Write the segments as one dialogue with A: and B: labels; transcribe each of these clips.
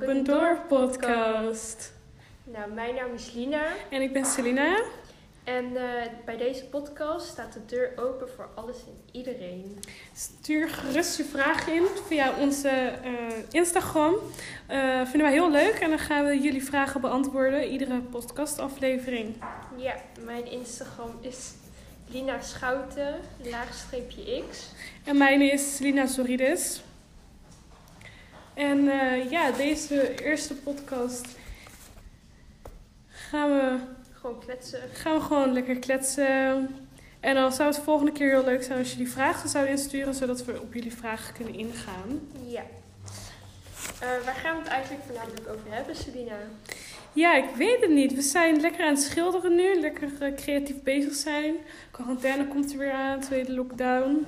A: een dorp podcast.
B: Nou, mijn naam is Lina
A: En ik ben Selina.
B: en eh, bij deze podcast staat de deur open voor alles en iedereen.
A: Stuur gerust je vraag in via onze eh, Instagram. Eh, vinden wij heel leuk en dan gaan we jullie vragen beantwoorden. Iedere podcastaflevering.
B: Ja, mijn Instagram is Lina Schouten, laagstreepje X.
A: En mijn is Lina Sorides. En eh, ja, deze eerste podcast gaan we
B: Gewoon kletsen.
A: gaan we gewoon lekker kletsen. En dan zou het volgende keer heel leuk zijn als jullie vragen zouden insturen, zodat we op jullie vragen kunnen ingaan.
B: Ja. Eh, waar gaan we het eigenlijk voornamelijk over hebben, Sabina?
A: Ja, ik weet het niet. We zijn lekker aan het schilderen nu, lekker eh, creatief bezig zijn. Quarantaine komt er weer aan, tweede lockdown.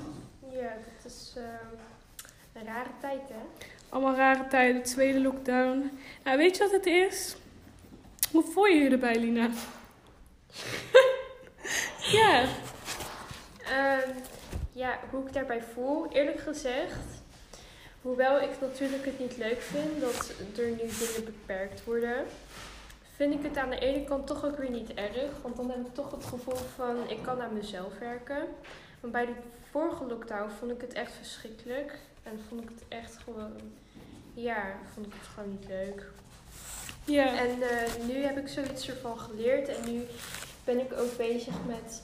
B: Ja, dat is ehm, een rare tijd, hè?
A: Allemaal rare tijden, tweede lockdown. Nou, weet je wat het is? Hoe voel je je erbij, Lina? ja,
B: Ehm, ja, hoe ik daarbij voel, eerlijk gezegd. Hoewel ik natuurlijk het niet leuk vind dat er nu dingen beperkt worden, vind ik het aan de ene kant toch ook weer niet erg. Want dan heb ik toch het gevoel van ik kan aan mezelf werken. Want bij de vorige lockdown vond ik het echt verschrikkelijk. En vond ik het echt gewoon, ja, vond ik het gewoon niet leuk.
A: ja.
B: En eh, nu heb ik zoiets ervan geleerd en nu ben ik ook bezig met,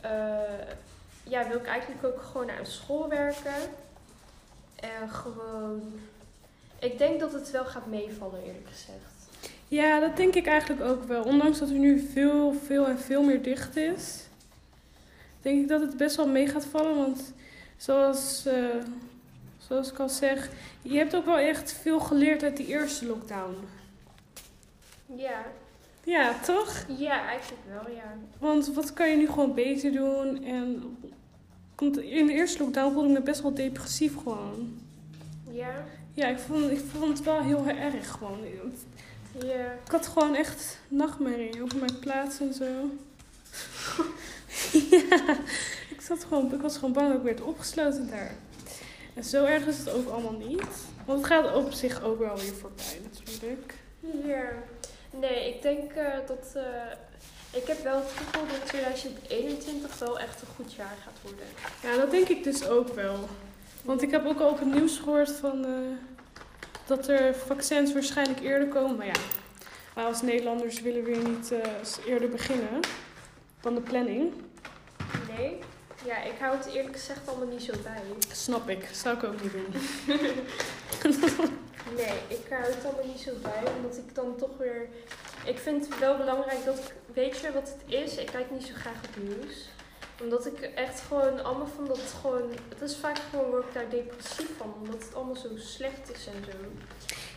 B: eh, ja, wil ik eigenlijk ook gewoon aan school werken. En gewoon, ik denk dat het wel gaat meevallen eerlijk gezegd.
A: Ja, dat denk ik eigenlijk ook wel. Ondanks dat er nu veel, veel en veel meer dicht is, denk ik dat het best wel mee gaat vallen. Want zoals, eh, zoals ik al zeg, je hebt ook wel echt veel geleerd uit die eerste lockdown.
B: Ja,
A: Ja, toch?
B: ja, eigenlijk wel, ja.
A: Want wat kan je nu gewoon beter doen? En want in de eerste lockdown voelde ik me best wel depressief gewoon.
B: Ja,
A: Ja, ik vond, ik vond het wel heel erg gewoon.
B: ja.
A: Ik had gewoon echt nachtmerrie over mijn plaats en zo. ja, ik, zat gewoon, ik was gewoon bang dat ik werd opgesloten daar. En zo erg is het ook allemaal niet. Want het gaat op zich ook wel weer voorbij natuurlijk.
B: Ja. Nee, ik denk eh, dat, eh, ik heb wel het gevoel dat 2021 wel echt een goed jaar gaat worden.
A: Ja, dat denk ik dus ook wel. Want ik heb ook al op het nieuws gehoord van eh, dat er vaccins waarschijnlijk eerder komen. Maar ja, wij als Nederlanders willen weer niet eh, eerder beginnen dan de planning.
B: Nee? Ja, ik hou het eerlijk gezegd allemaal niet zo bij.
A: Snap ik, zou ik ook niet doen.
B: Nee, ik hou het allemaal niet zo bij, omdat ik dan toch weer... Ik vind het wel belangrijk dat ik... Weet je wat het is? Ik kijk niet zo graag het nieuws. Omdat ik echt gewoon allemaal van dat gewoon... Het is vaak gewoon, word ik daar depressief van, omdat het allemaal zo slecht is en zo.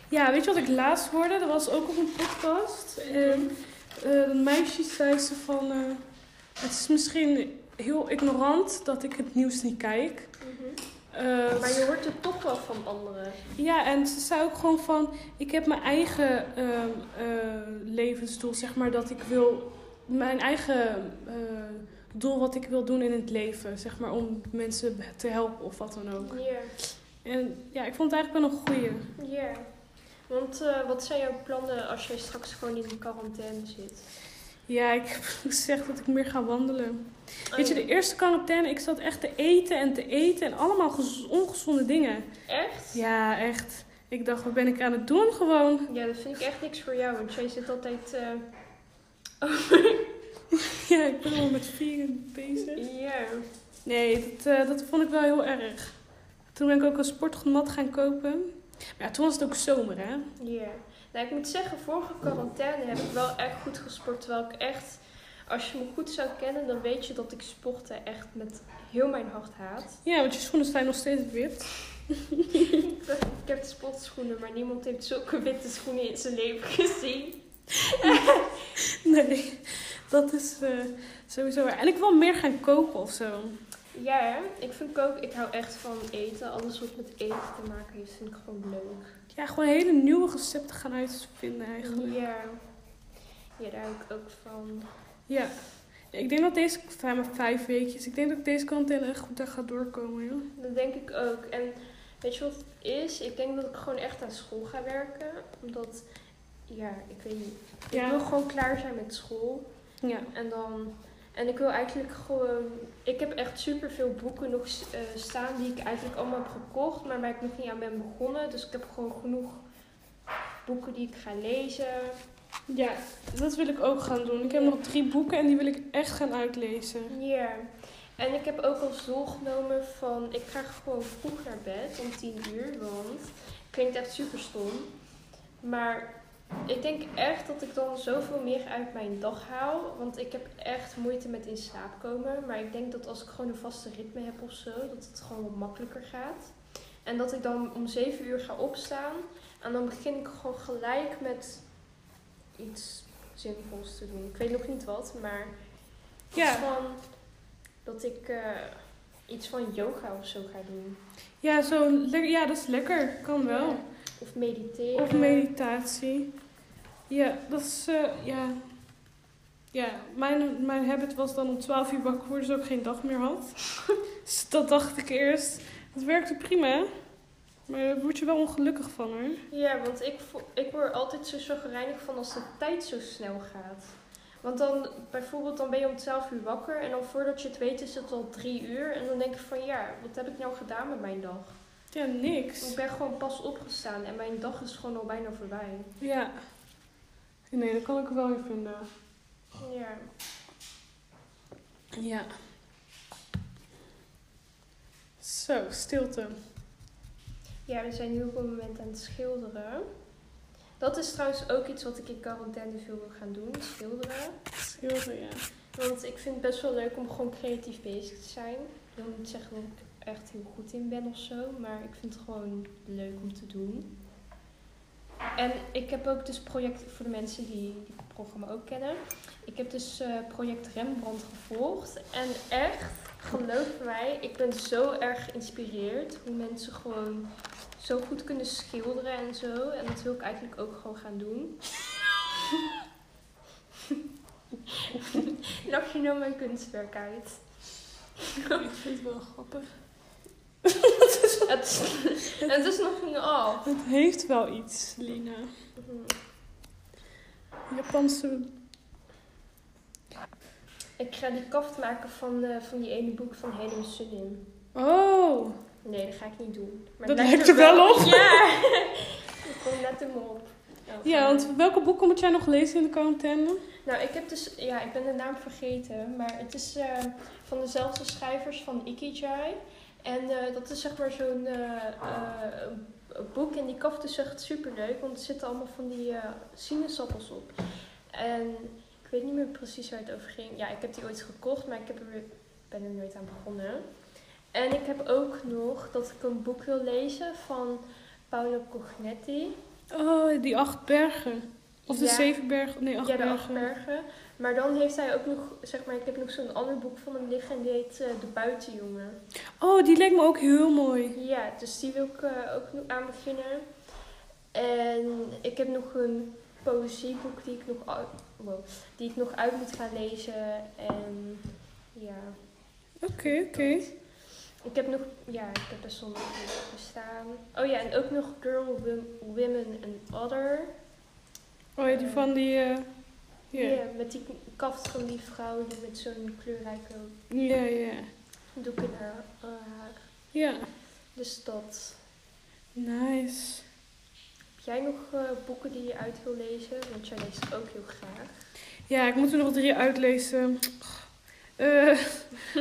A: Ja, weet je wat ik laatst hoorde? Dat was ook op een podcast. En eh, een meisje zei ze van... eh, het is misschien heel ignorant dat ik het nieuws niet kijk. Eh,
B: Mhm. Maar je hoort het toch wel van anderen.
A: ja, en ze zei ook gewoon van... Ik heb mijn eigen ehm, eh, levensdoel, zeg maar. Dat ik wil... Mijn eigen eh, doel wat ik wil doen in het leven. Zeg maar, om mensen te helpen of wat dan ook.
B: Ja,
A: En ja, ik vond het eigenlijk wel een goeie.
B: ja. Want eh, wat zijn jouw plannen als jij straks gewoon in de quarantaine zit?
A: Ja, ik ik zeg dat ik meer ga wandelen. Weet je,
B: Oh,
A: de eerste quarantaine, ik zat echt te eten en te eten en allemaal gez- ongezonde dingen.
B: Echt?
A: Ja, echt. Ik dacht, wat ben ik aan het doen gewoon?
B: Ja, dat vind ik echt niks voor jou, want jij zit altijd... eh,
A: Ja, ik ben al met vieren
B: Ja.
A: bezig. Nee, dat, eh, dat vond ik wel heel erg. Toen ben ik ook een sportmat gaan kopen. Maar ja, toen was het ook zomer, hè?
B: Ja, nou ik moet zeggen, vorige quarantaine heb ik wel echt goed gesport. Terwijl ik echt, als je me goed zou kennen, dan weet je dat ik sporten echt met heel mijn hart haat.
A: Ja, want je schoenen zijn nog steeds wit.
B: ik dacht, ik heb sportschoenen, maar niemand heeft zulke witte schoenen in zijn leven gezien.
A: Nee, dat is eh, sowieso waar. En ik wil meer gaan koken of zo.
B: Ja, hè? ik vind ook, ik hou echt van eten. Alles wat met eten te maken heeft, vind ik gewoon leuk.
A: Ja, gewoon hele nieuwe recepten gaan uitvinden eigenlijk.
B: Ja, ja daar hou ik ook van.
A: Ja, ik denk dat deze, vijf, maar vijf weekjes, ik denk dat ik deze kant heel erg goed daar gaat doorkomen, joh.
B: Dat denk ik ook. En Weet je wat het is? Ik denk dat ik gewoon echt aan school ga werken. Omdat, ja, ik weet niet. Ik
A: Ja.
B: wil gewoon klaar zijn met school.
A: Ja.
B: En dan. En ik wil eigenlijk gewoon. Ik heb echt super veel boeken nog s- eh, staan die ik eigenlijk allemaal heb gekocht, maar waar ik nog niet aan ben begonnen. Dus ik heb gewoon genoeg boeken die ik ga lezen.
A: ja, dat wil ik ook gaan doen. Ik heb nog drie boeken en die wil ik echt gaan uitlezen.
B: Ja. En ik heb ook als doel genomen van ik ga gewoon vroeg naar bed om 10 uur, want klinkt echt super stom. Maar ik denk echt dat ik dan zoveel meer uit mijn dag haal, want ik heb echt moeite met in slaap komen. Maar ik denk dat als ik gewoon een vaste ritme heb of zo, dat het gewoon wat makkelijker gaat. En dat ik dan om 7 uur ga opstaan en dan begin ik gewoon gelijk met iets zinvols te doen. Ik weet nog niet wat, maar
A: Ja.
B: iets van dat ik eh, iets van yoga of zo ga doen.
A: Ja, zo lekker. Ja, dat is lekker. Kan Oh, wel.
B: Ja. Of mediteren.
A: Of meditatie. Ja, dat is. eh, ja. Ja, mijn, mijn habit was dan om 12 uur wakker worden, zodat ik geen dag meer had. dus dat dacht ik eerst. Dat werkte prima. Maar daar word je wel ongelukkig van hoor.
B: Ja, want ik, vo- ik word er altijd zo chagrijnig van als de tijd zo snel gaat. Want dan, bijvoorbeeld, dan ben je om 12 uur wakker en dan voordat je het weet is het al 3 uur. En dan denk ik van ja, wat heb ik nou gedaan met mijn dag?
A: Ja, niks.
B: Ik ben gewoon pas opgestaan en mijn dag is gewoon al bijna voorbij.
A: Ja. Nee, dat kan ik er wel in vinden.
B: Ja.
A: Ja. Zo, stilte.
B: Ja, we zijn nu op het moment aan het schilderen. Dat is trouwens ook iets wat ik in quarantaine veel wil gaan doen, schilderen.
A: Stilte, ja.
B: Want ik vind het best wel leuk om gewoon creatief bezig te zijn. Ik wil niet zeggen dat ik er echt heel goed in ben of zo, maar ik vind het gewoon leuk om te doen. En ik heb ook dus project voor de mensen die die het programma ook kennen. Ik heb dus eh, project Rembrandt gevolgd. En echt, geloof mij, ik ben zo erg geïnspireerd hoe mensen gewoon zo goed kunnen schilderen en zo. En dat wil ik eigenlijk ook gewoon gaan doen. Lach je nou mijn kunstwerk uit?
A: ik vind het wel grappig.
B: Het is, het is nog niet af.
A: Het heeft wel iets, Lina. Japanse
B: Ik ga die kaft maken van, eh, van die ene boek van Helen Sunin.
A: Oh,
B: Nee, dat ga ik niet doen. Maar
A: dat
B: het
A: lijkt er wel op.
B: Ja! ik kom net hem op. Oh,
A: Ja, want welke boeken moet jij nog lezen in de quarantaine?
B: Nou, ik heb dus... Ja, ik ben de naam vergeten. Maar het is eh, van dezelfde schrijvers van Ikijai. En eh, dat is zeg maar zo'n eh, eh, een boek. En die kaft is echt superleuk. Want er zitten allemaal van die eh, sinaasappels op. En ik weet niet meer precies waar het over ging. Ja, ik heb die ooit gekocht. Maar ik heb er, ben er nooit aan begonnen. En ik heb ook nog dat ik een boek wil lezen van Paolo Cognetti.
A: Oh, die acht bergen. Of de
B: Ja.
A: zeven bergen. Nee, acht
B: ja, de
A: bergen.
B: Achtbergen. Maar dan heeft hij ook nog, zeg maar, ik heb nog zo'n ander boek van hem liggen en die heet eh, De Buitenjongen.
A: Oh, die lijkt me ook heel mooi.
B: Ja, dus die wil ik eh, ook nog aan beginnen. En ik heb nog een poëzieboek die ik nog, uit- wow, die ik nog uit moet gaan lezen. En ja,
A: Oké, oké.
B: ik heb nog, ja, ik heb best wel nog boeken staan. Oh ja, en ook nog Girl, Wom- Women and Other.
A: Oh ja, die van die... eh,
B: Ja,
A: Ja,
B: met die kaft van die vrouw die met zo'n kleurrijke
A: ja, ja.
B: doek in haar eh, haar.
A: Ja,
B: Dus dat.
A: nice.
B: Heb jij nog eh, boeken die je uit wil lezen? Want jij leest ook heel graag.
A: Ja, ik moet er nog drie uitlezen. Eh,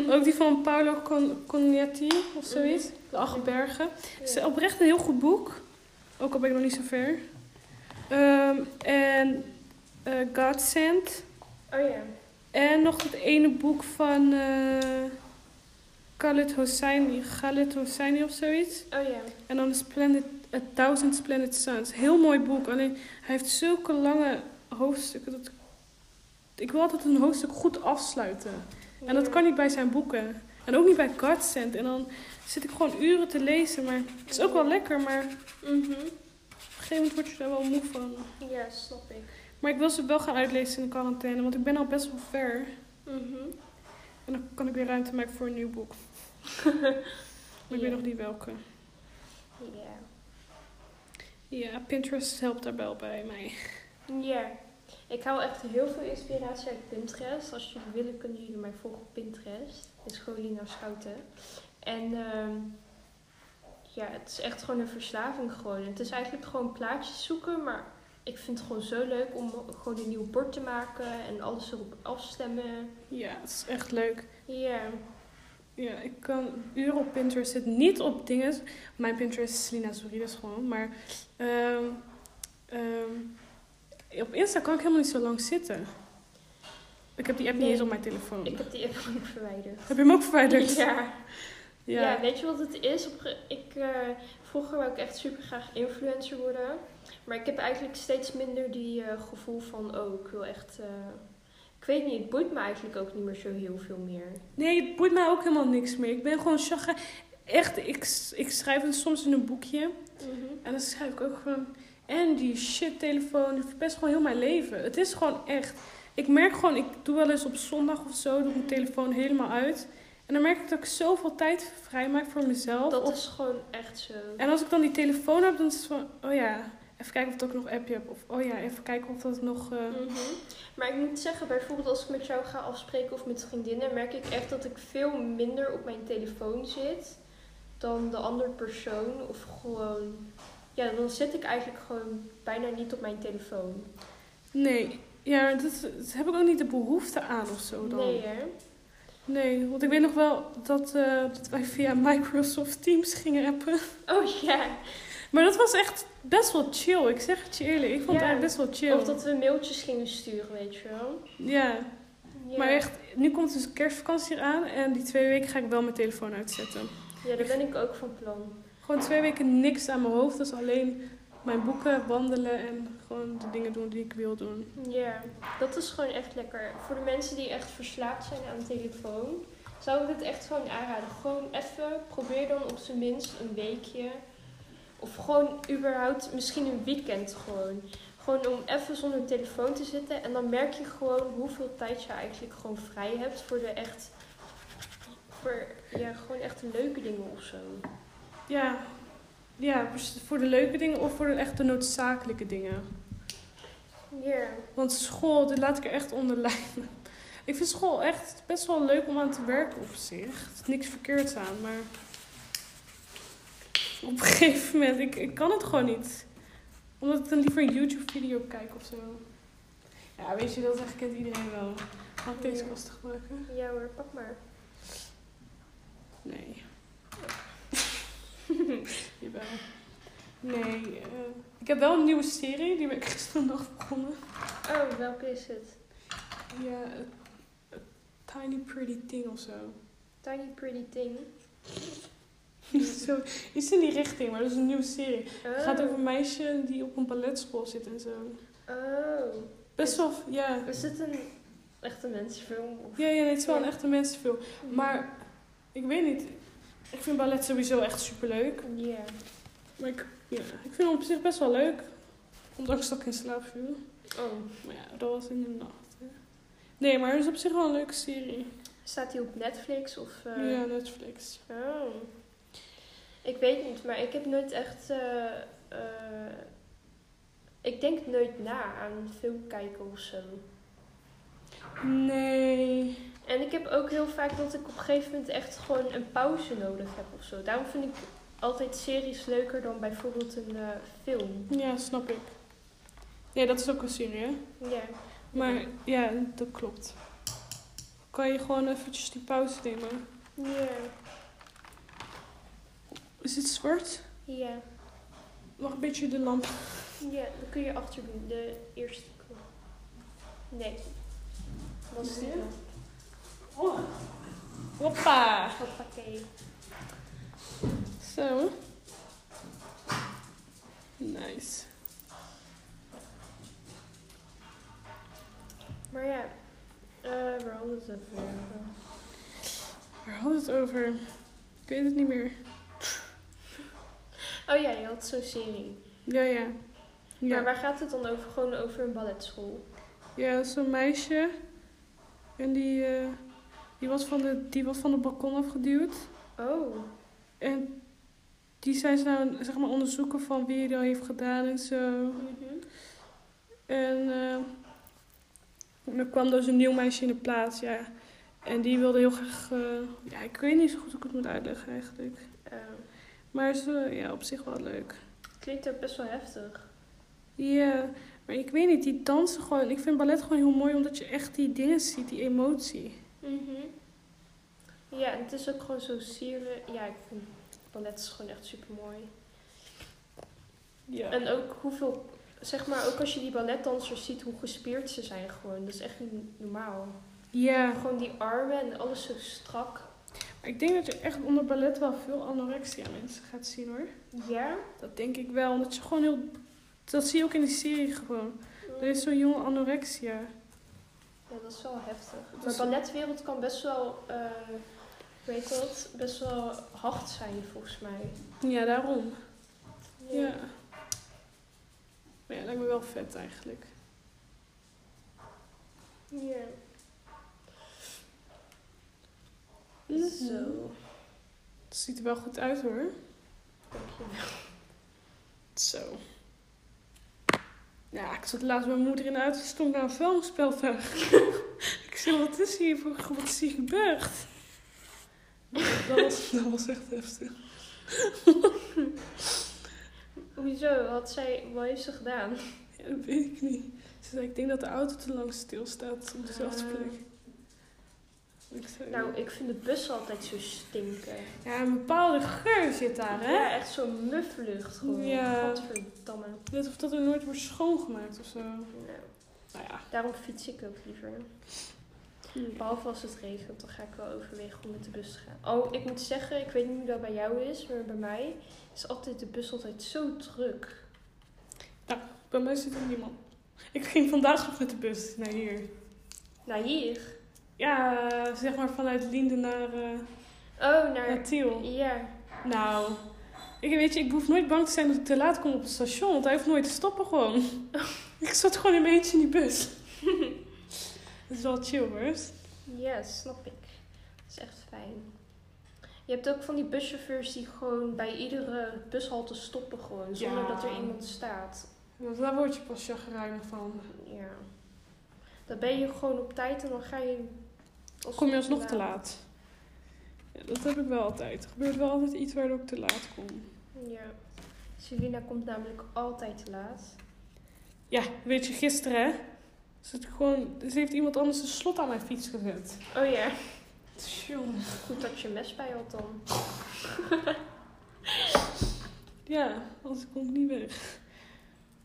A: ook die van Paolo Con- Cognetti of zoiets. De acht bergen. Het is
B: Ja.
A: oprecht een heel goed boek. Ook al ben ik nog niet zo ver. Ehm, en eh Godsend.
B: Oh ja.
A: En nog het ene boek van eh Khaled Hosseini. Khaled Hosseini of zoiets.
B: Oh ja.
A: En dan Splendid, A Thousand Splendid Suns. Heel mooi boek. Alleen hij heeft zulke lange hoofdstukken. Dat... Ik wil altijd een hoofdstuk goed afsluiten. En dat
B: Ja.
A: kan niet bij zijn boeken. En ook niet bij Godsend. En dan zit ik gewoon uren te lezen. Maar het is ook wel lekker, maar op
B: Mhm.
A: een gegeven moment word je daar wel moe van.
B: Ja, snap ik.
A: Maar ik wil ze wel gaan uitlezen in de quarantaine, want ik ben al best wel ver.
B: Mhm.
A: En dan kan ik weer ruimte maken voor een nieuw boek. Maar ik
B: Ja.
A: weet nog niet welke.
B: Ja.
A: Ja, Pinterest helpt daar wel bij mij.
B: Ja. Ik haal echt heel veel inspiratie uit Pinterest. Als jullie willen, kunnen jullie mij volgen op Pinterest. Het is Golina Schouten. En ehm, ja, het is echt gewoon een verslaving geworden. Het is eigenlijk gewoon plaatjes zoeken, maar ik vind het gewoon zo leuk om gewoon een nieuw bord te maken en alles erop afstemmen.
A: Ja, het is echt leuk.
B: Ja.
A: Ja, ik kan uren op Pinterest zitten. Niet op dingen. Mijn Pinterest is Lina Zorides gewoon. Maar ehm, ehm, op Insta kan ik helemaal niet zo lang zitten. Ik heb die app
B: Nee.
A: niet eens op mijn telefoon.
B: Ik heb die app ook verwijderd.
A: Heb je hem ook verwijderd?
B: Ja. Ja.
A: Ja.
B: weet je wat het is? Op ge- Ik, eh, vroeger wou ik echt super graag influencer worden. Maar ik heb eigenlijk steeds minder die eh, gevoel van, oh, ik wil echt. eh, ik weet niet, het boeit me eigenlijk ook niet meer zo heel veel meer.
A: Nee, het boeit mij ook helemaal niks meer. Ik ben gewoon chagrijnig. Echt, ik, ik schrijf het soms in een boekje.
B: Mhm.
A: En dan schrijf ik ook gewoon. En die shit telefoon, die verpest gewoon heel mijn leven. Het is gewoon echt. Ik merk gewoon, ik doe wel eens op zondag of zo, doe ik mijn telefoon helemaal uit. En dan merk ik dat ik zoveel tijd vrijmaak voor mezelf.
B: Dat
A: Of-
B: is gewoon echt zo.
A: En als ik dan die telefoon heb, dan is het van, oh ja, even kijken of dat ik nog appje heb. Of oh ja, even kijken of dat nog. eh,
B: Mhm. Maar ik moet zeggen, bijvoorbeeld als ik met jou ga afspreken of met vriendinnen, merk ik echt dat ik veel minder op mijn telefoon zit dan de andere persoon. Of gewoon. Ja, dan zit ik eigenlijk gewoon bijna niet op mijn telefoon.
A: Nee, ja, dat, dat heb ik ook niet de behoefte aan of zo Oh, dan.
B: Nee, hè?
A: Nee, want ik weet nog wel dat, eh, dat wij via Microsoft Teams gingen appen.
B: Oh ja.
A: Maar dat was echt best wel chill. Ik zeg het je eerlijk. Ik vond
B: Ja.
A: het eigenlijk best wel chill.
B: Of dat we mailtjes gingen sturen, weet je wel.
A: Ja.
B: Ja.
A: Maar echt, nu komt dus kerstvakantie eraan. En die twee weken ga ik wel mijn telefoon uitzetten.
B: Ja, daar ben ik ook van plan.
A: Gewoon twee weken niks aan mijn hoofd. Dus alleen mijn boeken, wandelen en gewoon de dingen doen die ik wil doen.
B: Ja, dat is gewoon echt lekker. Voor de mensen die echt verslaafd zijn aan de telefoon, zou ik dit echt gewoon aanraden. Gewoon even, probeer dan op zijn minst een weekje. Of gewoon überhaupt, misschien een weekend gewoon. Gewoon om even zonder telefoon te zitten. En dan merk je gewoon hoeveel tijd je eigenlijk gewoon vrij hebt voor de echt... Voor, ja, gewoon echt leuke dingen of zo.
A: Ja. Ja, voor de leuke dingen of voor de echt de noodzakelijke dingen.
B: Ja.
A: Want school, dit laat ik er echt onder lijden. Ik vind school echt best wel leuk om aan te werken op zich. Er is niks verkeerds aan, maar op een gegeven moment, ik, ik kan het gewoon niet. Omdat ik dan liever een YouTube-video kijk of zo. Ja, weet je, dat herkent iedereen wel. Mag ik deze
B: Ja.
A: kast gebruiken?
B: Ja hoor, pak maar.
A: Nee. Jawel. Nee, eh, ik heb wel een nieuwe serie, die ben ik gisteren nog begonnen.
B: Oh, welke is het?
A: Ja, a- a tiny pretty thing of zo.
B: Tiny Pretty Thing.
A: zo. Iets in die richting, maar dat is een nieuwe serie.
B: Oh.
A: Het gaat over een meisje die op een balletschool zit en zo.
B: Oh.
A: Best wel, ja.
B: Is dit een echte mensenfilm? Of...
A: Ja, ja, nee, het is wel een
B: Ja.
A: echte mensenfilm. Maar ik weet niet. Ik vind ballet sowieso echt superleuk.
B: Ja.
A: Maar ik, ja, ik vind hem op zich best wel leuk. Ondanks dat ik in slaap viel.
B: Oh.
A: Maar ja, dat was in de nacht. hè. Nee, maar het is op zich wel een leuke serie.
B: Staat die op Netflix of... eh,
A: Ja, Netflix.
B: Oh. Ik weet niet, maar ik heb nooit echt... eh, eh, ik denk nooit na aan film kijken of zo.
A: Nee.
B: En ik heb ook heel vaak dat ik op een gegeven moment echt gewoon een pauze nodig heb of zo. Daarom vind ik altijd series leuker dan bijvoorbeeld een eh, film.
A: Ja, snap ik. Nee, dat is ook een serie, hè?
B: Ja.
A: Maar ja, dat klopt. Kan je gewoon eventjes die pauze nemen?
B: Ja.
A: Is het zwart?
B: Ja.
A: Mag een beetje de lamp.
B: Ja, dan kun je achter doen, de eerste knop. Nee. Wat is dit
A: Nee.
B: dan?
A: Oh. Hoppa!
B: Hoppakee.
A: Zo. Nice.
B: Maar ja, eh waar hadden we het over?
A: Waar hadden we het over? Ik weet het niet meer.
B: Oh ja, je had zo'n serie.
A: Ja, ja.
B: Maar
A: Ja,
B: waar gaat het dan over? Gewoon over een balletschool.
A: ja zo'n meisje. En die, eh, die, was van de, die was van het balkon afgeduwd.
B: Oh.
A: En Die zijn ze nou zeg maar onderzoeken van wie dat heeft gedaan en zo.
B: Mhm.
A: En eh, er kwam dus een nieuw meisje in de plaats, ja. En die wilde heel graag... eh, ja, ik weet niet zo goed hoe ik het moet uitleggen eigenlijk.
B: Eh,
A: Maar ze, ja, op zich wel leuk.
B: klinkt ook best wel heftig.
A: Ja, maar ik weet niet, die dansen gewoon... Ik vind ballet gewoon heel mooi omdat je echt die dingen ziet, die emotie.
B: Mhm. Ja, en het is ook gewoon zo sierlijk. Ja, ik vind ballet is gewoon echt super mooi.
A: Ja.
B: En ook hoeveel, zeg maar, ook als je die balletdansers ziet, hoe gespierd ze zijn gewoon. Dat is echt niet normaal.
A: Ja,
B: Gewoon die armen en alles zo strak.
A: maar ik denk dat je echt onder ballet wel veel anorexia mensen gaat zien hoor.
B: Ja.
A: Dat denk ik wel, omdat je gewoon heel... Dat zie je ook in die serie gewoon. Er is zo'n jonge anorexia.
B: Ja, dat is wel heftig.
A: Dat
B: Maar
A: is-
B: de balletwereld kan best wel, eh weet je wat, best wel hard zijn volgens mij.
A: Ja, daarom. Ja. Maar ja, lijkt me wel vet eigenlijk.
B: Ja.
A: Mhm.
B: Zo.
A: Het ziet er wel goed uit hoor.
B: Dankjewel.
A: Zo. Ja, ik zat laatst met mijn moeder in de auto, stond naar een vuilnisspeltuig. ik zei, wat is hier voor, wat is hier gebeurd? Dat was, dat was echt heftig.
B: Hoezo? Wat, zij, wat heeft ze gedaan?
A: Ja, dat weet ik niet. Ze zei, ik denk dat de auto te lang stilstaat op dezelfde
B: Ah.
A: plek. Ik zei,
B: Nou, ik vind de bussen altijd zo stinken.
A: Ja, een bepaalde geur zit daar, hè?
B: Ja, echt zo'n muflucht gewoon.
A: Ja.
B: Godverdamme.
A: Net of dat er nooit wordt schoongemaakt of zo.
B: Nou,
A: Nou ja.
B: daarom fiets ik ook liever. Behalve als het regent, dan ga ik wel overwegen om met de bus te gaan. Oh, ik moet zeggen, ik weet niet hoe dat bij jou is, maar bij mij is altijd de bus altijd zo druk.
A: Bij mij zit er niemand. Ik ging vandaag nog met de bus naar hier.
B: Nou, hier.
A: Ja, zeg maar vanuit Linden naar, eh,
B: Oh, naar...
A: naar Tiel.
B: Ja.
A: Nou, ik weet je, ik hoef nooit bang te zijn dat ik te laat kom op het station, want hij hoeft nooit te stoppen gewoon. ik zat gewoon in mijn eentje in die bus. Dat is wel chill hoor.
B: Ja, snap ik. Dat is echt fijn. Je hebt ook van die buschauffeurs die gewoon bij iedere bushalte stoppen gewoon, zonder
A: Ja.
B: dat er iemand staat.
A: Want daar word je pas chagrijnig van.
B: Ja. Dan ben je gewoon op tijd en dan ga je...
A: Kom je alsnog te laat? Ja, dat heb ik wel altijd. Er gebeurt wel altijd iets waardoor ik te laat kom.
B: Ja. Selina komt namelijk altijd te laat.
A: Ja, weet je, gisteren hè? Ze, had gewoon, ze heeft iemand anders de slot aan mijn fiets gezet.
B: Oh ja.
A: Jongen.
B: Goed dat je mes bij had dan.
A: Ja, anders kon ik niet weg.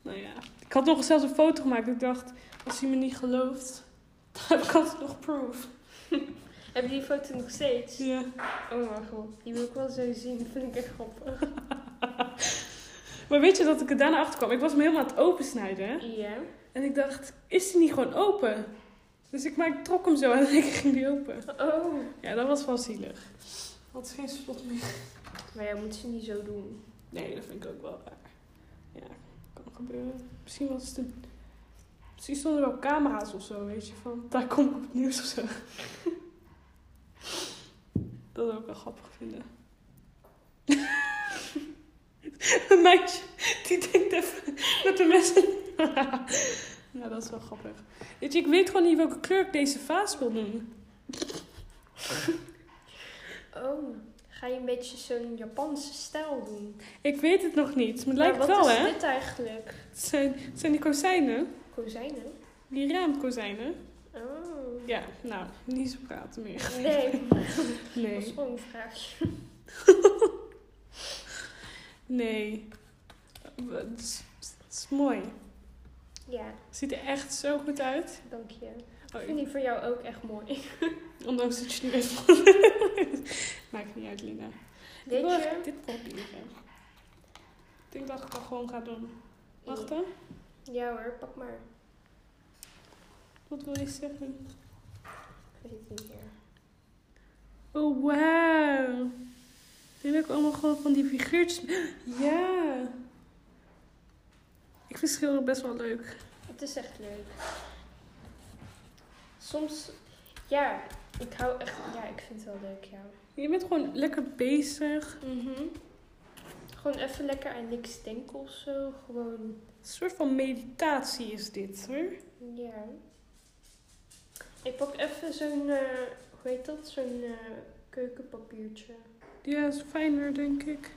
A: Nou ja, ik had nog zelfs een foto gemaakt. Ik dacht, als hij me niet gelooft, dan heb ik altijd nog proof.
B: Heb je die foto nog steeds?
A: Ja.
B: Oh mijn god, die wil ik wel zo zien. Vind ik echt grappig.
A: Maar weet je dat ik er daarna achter kwam? Ik was me helemaal aan het opensnijden. hè?
B: Ja.
A: En ik dacht, is die niet gewoon open? Dus ik, maar ik trok hem zo en ik ging die open.
B: Oh.
A: Ja, dat was wel zielig. Had geen slot meer.
B: Maar ja, moet ze niet zo doen.
A: Nee, dat vind ik ook wel raar. Ja, kan gebeuren. Misschien was het een... Misschien stonden er wel camera's of zo, weet je, van daar kom ik op het nieuws of zo. Dat zou ik wel grappig vinden. Een meisje die denkt even met de messen. ja, dat is wel grappig. Weet je, ik weet gewoon niet welke kleur ik deze vaas wil doen.
B: Oh. Ga je een beetje zo'n Japanse stijl doen?
A: Ik weet het nog niet, maar het
B: Maar
A: lijkt wel,
B: Wat
A: hè?
B: is dit eigenlijk?
A: Het zijn, het zijn die kozijnen,
B: Kozijnen?
A: die raamkozijnen.
B: Oh.
A: Ja, nou, niet zo praten meer.
B: Nee. Dat is
A: Nee.
B: gewoon een vraagje.
A: Nee. Het is, het is mooi.
B: Ja,
A: Het ziet er echt zo goed uit.
B: dank je. Ik
A: Oh,
B: vind
A: ik-
B: die voor jou ook echt mooi.
A: ondanks dat je nu even... Maakt niet uit, Lina. Ik
B: Weet
A: wil echt
B: je?
A: dit proberen. Ik denk dat ik dat gewoon ga doen. Wachten.
B: Ja hoor, pak maar.
A: Wat wil je zeggen?
B: Ik weet het niet meer.
A: Oh, wauw. Dit heb ik allemaal gewoon van die figuurtjes. Ja. Ik vind schilderen best wel leuk.
B: Het is echt leuk. Soms, ja, ik hou echt, ja, ik vind het wel leuk, ja.
A: Je bent gewoon lekker bezig.
B: Mhm. Gewoon even lekker aan niks denken of zo. Gewoon,
A: Een soort van meditatie is dit hoor.
B: ja. Ik pak even zo'n, eh, hoe heet dat? Zo'n eh, keukenpapiertje.
A: Ja, is fijner denk ik.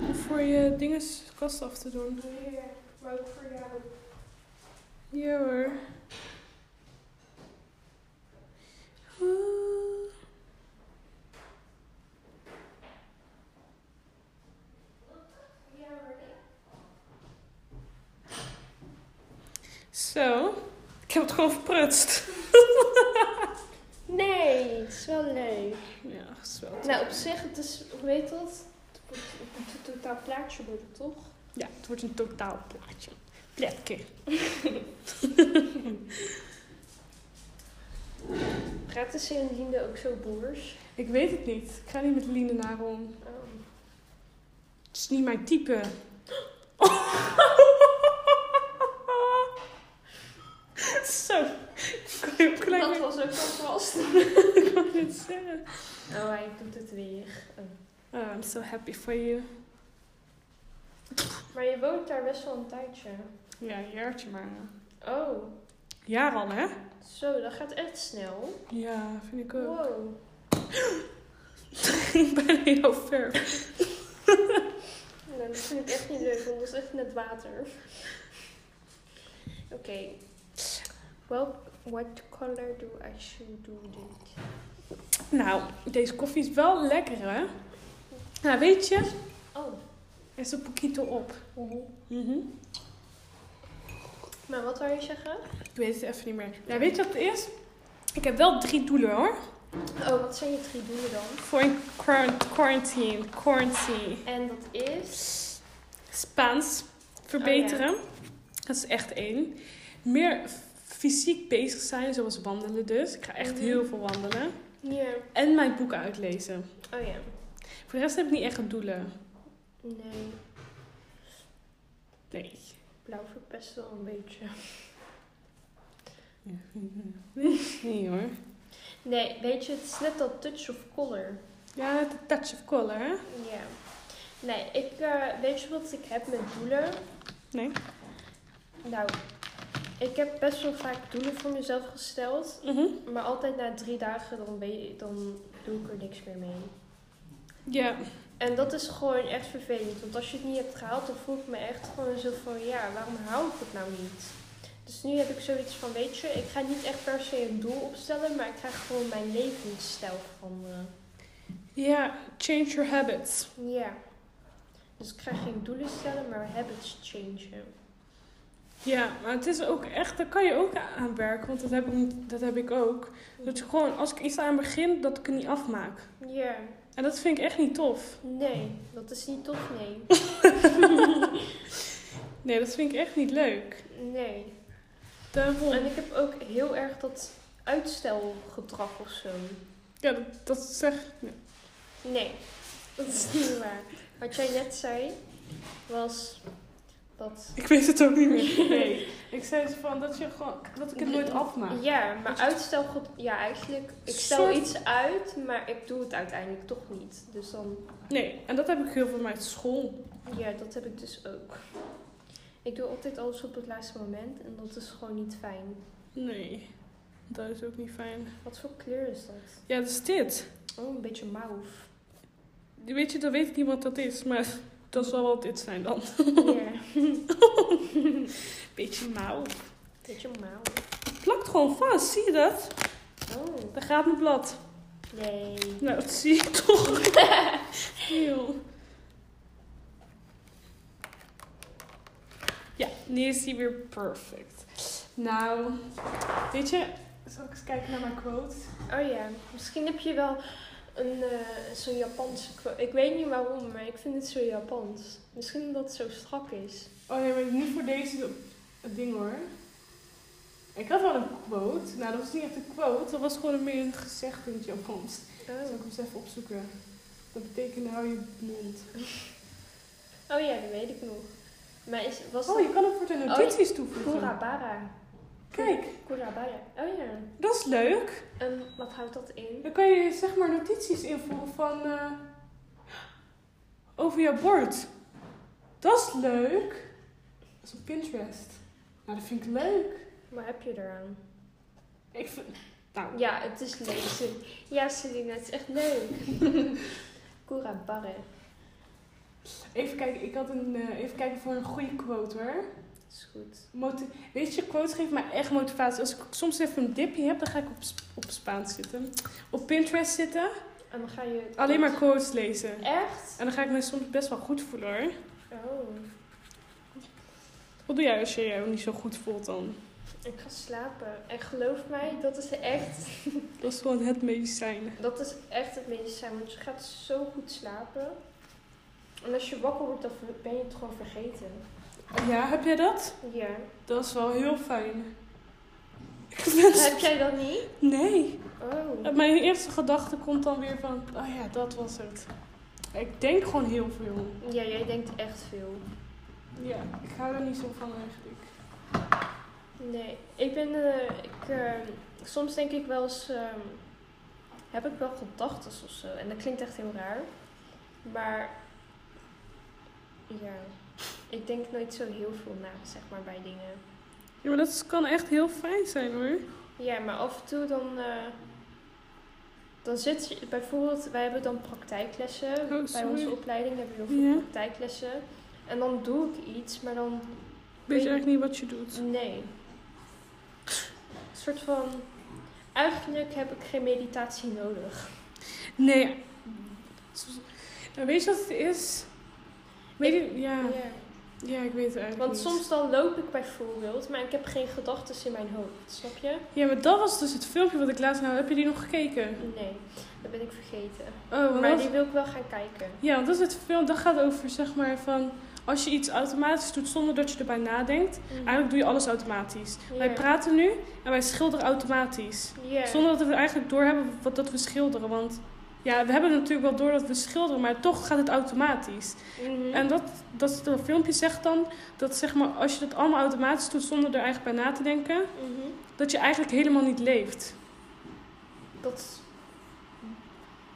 A: Om voor je dingenskast af te doen.
B: Ja, maar ook voor jou.
A: Ja hoor. Oeh. Zo, ik heb het gewoon verprutst.
B: Nee, het is wel leuk.
A: Ja, dat is wel
B: Nou, op zich, het is, hoe heet dat? Het wordt- het wordt een totaal plaatje worden, toch?
A: Ja, het wordt een totaal plaatje. Plekje.
B: Praat de Celine ook zo boers?
A: Ik weet het niet. Ik ga niet met Liende naar om.
B: Oh.
A: Het is niet mijn type. Zo. Ik heb gelijk
B: Dat
A: weer-
B: was ook alvast.
A: ik wou dit zeggen.
B: Oh, hij doet het weer.
A: Oh, I'm so happy for you.
B: Maar je woont daar best wel een tijdje.
A: Ja, een jaartje maar.
B: Oh,
A: Jaar al, hè?
B: zo, dat gaat echt snel.
A: Ja, vind ik ook.
B: Wow.
A: ik ben heel ver.
B: Nou, dat vind ik echt niet leuk, want dat is echt net water. Oké. Well, what color do I should do this?
A: Nou, deze koffie is wel lekker, hè? Nou, weet je,
B: Oh.
A: er is een poquito op.
B: Mm-hmm.
A: Mhm.
B: Maar wat wou je zeggen?
A: Ik weet het even niet meer. Nou, weet je wat het is? Ik heb wel drie doelen, hoor.
B: Oh, wat zijn je drie doelen dan?
A: Voor een quarant- quarantine. Quarantine.
B: En dat is...
A: Spaans verbeteren. Dat is echt één. Meer fysiek bezig zijn, zoals wandelen dus. Ik ga echt
B: Mhm.
A: heel veel wandelen.
B: Ja.
A: En mijn boeken uitlezen.
B: Oh ja.
A: Voor de rest heb ik niet echt doelen.
B: Nee.
A: Nee.
B: Blauw verpest wel een beetje.
A: Nee hoor.
B: Nee, weet je, het is net dat touch of color.
A: Ja, het touch of color, hè?
B: Ja. Nee, ik, eh, weet je wat ik heb met doelen?
A: Nee.
B: Nou, ik heb best wel vaak doelen voor mezelf gesteld.
A: Mhm.
B: Maar altijd na drie dagen, dan, weet je- dan doe ik er niks meer mee.
A: Ja.
B: En dat is gewoon echt vervelend. Want als je het niet hebt gehaald, dan voel ik me echt gewoon zo van... Ja, waarom hou ik het nou niet? Dus nu heb ik zoiets van, weet je, ik ga niet echt per se een doel opstellen, maar ik ga gewoon mijn levensstijl veranderen.
A: Ja, change your habits.
B: Ja. Dus ik ga geen doelen stellen, maar habits changen.
A: Ja, maar het is ook echt, daar kan je ook aan werken, want dat heb ik, dat heb ik ook. Dat je gewoon, als ik iets aan begin, dat ik het niet afmaak.
B: Ja.
A: En dat vind ik echt niet tof.
B: Nee, dat is niet tof, nee.
A: Nee, dat vind ik echt niet leuk.
B: Nee. En
A: Daarom.
B: ik heb ook heel erg dat uitstelgedrag of zo.
A: Ja, dat, dat zeg
B: Nee, dat is niet waar. Wat jij net zei, was dat...
A: ik. weet het ook niet meer. Nee. Ik zei zo van dat je gewoon, dat ik het nooit afmaak.
B: Ja, maar uitstelgedrag... Ja, eigenlijk, ik stel
A: Soort-
B: iets uit, maar ik doe het uiteindelijk toch niet. Dus dan
A: Nee, en dat heb ik heel veel vanuit school.
B: Ja, dat heb ik dus ook. Ik doe altijd alles op het laatste moment en dat is gewoon niet fijn.
A: Nee. Dat is ook niet fijn.
B: Wat voor kleur is dat?
A: Ja, dat is dit.
B: Oh, een beetje mauve.
A: Weet je, dan weet niemand wat dat is, maar dat zal wel dit zijn dan.
B: Ja,
A: Beetje mouw.
B: beetje mauve.
A: Het plakt gewoon vast, zie je dat?
B: Oh,
A: Daar gaat mijn blad.
B: nee.
A: Nou, dat zie je toch. Heel. Ja, nu is hij weer perfect. Nou, weet je, zal ik eens kijken naar mijn quote?
B: Oh ja, misschien heb je wel een eh, zo'n Japanse kwa- Ik weet niet waarom, maar ik vind het zo Japans. Misschien omdat het zo strak is.
A: Oh nee, maar niet voor deze ding hoor. Ik had wel een quote. Nou, dat was niet echt een quote, dat was gewoon meer een gezegd in het Japans.
B: Oh,
A: Zal ik hem eens even opzoeken? Dat betekent hou je mond.
B: oh ja, dat weet ik nog. Maar is, was
A: Oh, je kan hem voor de notities
B: dat
A: toevoegen.
B: Kurabara?
A: Kijk,
B: Kurabara. Oh ja.
A: dat is leuk.
B: En wat houdt dat in?
A: Dan kan je zeg maar notities invoegen van eh, over jouw bord. Dat is leuk. Dat is op Pinterest. Nou, dat vind ik leuk.
B: Wat heb je eraan?
A: Ik vind... Nou,
B: Ja, het is lezen. Ja, Selina, het is echt leuk. Koera barre.
A: even kijken. Ik had een... eh, even kijken voor een goede quote, hoor.
B: Dat is goed.
A: Moti- Weet je, quotes geven mij echt motivatie. Als ik soms even een dipje heb, dan ga ik op, Sp- op Spaans zitten. Op Pinterest zitten.
B: En dan ga je...
A: Alleen maar quotes lezen.
B: Echt?
A: En dan ga ik me soms best wel goed voelen hoor.
B: Oh.
A: Wat doe jij als je je niet zo goed voelt dan?
B: Ik ga slapen. En geloof mij, dat is echt...
A: Dat is gewoon het medicijn.
B: Dat is echt het medicijn, want je gaat zo goed slapen. En als je wakker wordt, dan ver- ben je het gewoon vergeten.
A: Ja, heb jij dat?
B: Ja.
A: Dat is wel heel fijn. Ik
B: Heb
A: wens...
B: jij dat niet?
A: Nee.
B: Oh.
A: Mijn eerste gedachte komt dan weer van, oh ja, dat was het. Ik denk gewoon heel veel.
B: Ja, jij denkt echt veel.
A: Ja, ik hou er niet zo van eigenlijk.
B: Nee, ik ben. eh, ik, eh, soms denk ik wel eens. ehm, heb ik wel gedachten of zo? En dat klinkt echt heel raar. Maar. Ja. Ik denk nooit zo heel veel na, zeg maar, bij dingen.
A: Ja, maar dat kan echt heel fijn zijn hoor.
B: Ja, maar af en toe dan. eh, dan zit je bijvoorbeeld, wij hebben dan praktijklessen. bij
A: Oh, sorry.
B: onze opleiding hebben we heel veel
A: Ja.
B: praktijklessen. En dan doe ik iets, maar dan.
A: Weet je
B: Weet-
A: eigenlijk niet wat je doet.
B: Nee. Een soort van. Eigenlijk heb ik geen meditatie nodig.
A: Nee. Ja, weet je wat het is? Weet je, ja, ja, ik weet het eigenlijk
B: Want
A: niet.
B: soms dan loop ik bijvoorbeeld, maar ik heb geen gedachten in mijn hoofd. Snap je?
A: Ja, maar dat was dus het filmpje wat ik laatst nou... Heb je die nog gekeken?
B: Nee, dat ben ik vergeten.
A: Oh, want
B: Maar
A: dat-
B: die wil ik wel gaan kijken.
A: Ja, want dat is het film. Dat gaat over, zeg maar, van... Als je iets automatisch doet zonder dat je erbij nadenkt... Eigenlijk doe je alles automatisch. Wij
B: Mm. Ja.
A: praten nu en wij schilderen automatisch.
B: Ja.
A: Zonder dat we eigenlijk doorhebben wat dat we schilderen. Want ja, we hebben natuurlijk wel door dat we schilderen... maar toch gaat het automatisch.
B: Mhm.
A: En dat, dat dat filmpje zegt dan dat zeg maar, als je dat allemaal automatisch doet zonder er eigenlijk bij na te denken,
B: Mhm.
A: dat je eigenlijk helemaal niet leeft.
B: Dat is...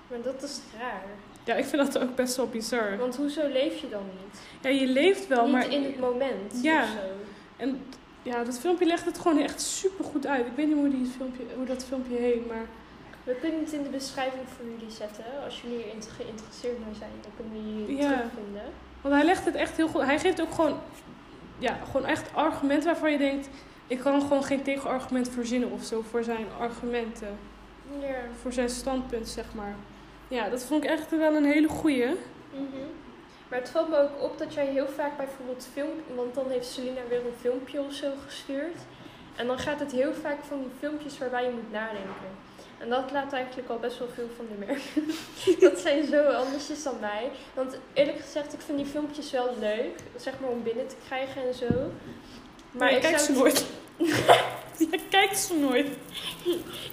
B: Maar dat is raar.
A: Ja, ik vind dat ook best wel bizar.
B: Want hoezo leef je dan niet?
A: Ja, je leeft wel,
B: niet
A: maar.
B: in het moment
A: Ja.
B: of zo.
A: En ja, dat filmpje legt het gewoon echt super goed uit. Ik weet niet hoe, die filmpje, hoe dat filmpje heet, maar.
B: We kunnen het in de beschrijving voor jullie zetten. Als jullie hierin geïnteresseerd naar zijn, dan kunnen jullie het
A: Ja.
B: terugvinden.
A: Want hij legt het echt heel goed. Hij geeft ook gewoon. Ja, gewoon echt argumenten waarvan je denkt. Ik kan gewoon geen tegenargument verzinnen of zo voor zijn argumenten.
B: Ja.
A: Voor zijn standpunt, zeg maar. Ja, dat vond ik echt wel een hele goeie.
B: Mhm. Maar het valt me ook op dat jij heel vaak bijvoorbeeld film... Want dan heeft Selina weer een filmpje of zo gestuurd. En dan gaat het heel vaak van die filmpjes waarbij je moet nadenken. En dat laat eigenlijk al best wel veel van de merken. dat zijn zo andersjes dan wij. Want eerlijk gezegd, ik vind die filmpjes wel leuk. Zeg maar om binnen te krijgen en zo.
A: Maar ik
B: ik
A: kijk
B: zou
A: ze
B: het-
A: nooit. Je kijkt ze nooit.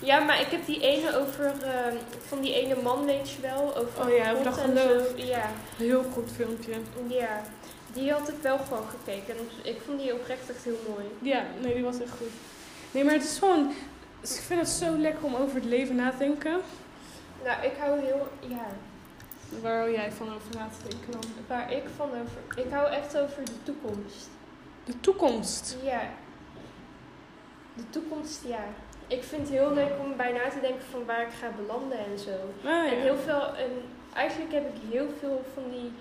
B: Ja, maar ik heb die ene over... ehm, van die ene man, weet je wel. Over
A: Oh ja, over dat
B: God en zo.
A: geloof.
B: Ja.
A: Heel goed filmpje.
B: Ja, die had ik wel gewoon gekeken. En ik vond die oprecht echt heel mooi.
A: Ja, nee, die was echt goed. Nee, maar het is gewoon... dus Ik vind het zo lekker om over het leven na te denken.
B: Nou, ik hou heel... Ja,
A: Waar hou jij van over na te denken dan?
B: waar ik van over... Ik hou echt over de toekomst.
A: De toekomst.
B: Ja. De toekomst, ja. Ik vind het heel leuk om bij na te denken van waar ik ga belanden en zo.
A: Ah,
B: En
A: ja.
B: heel veel... En eigenlijk heb ik heel veel van die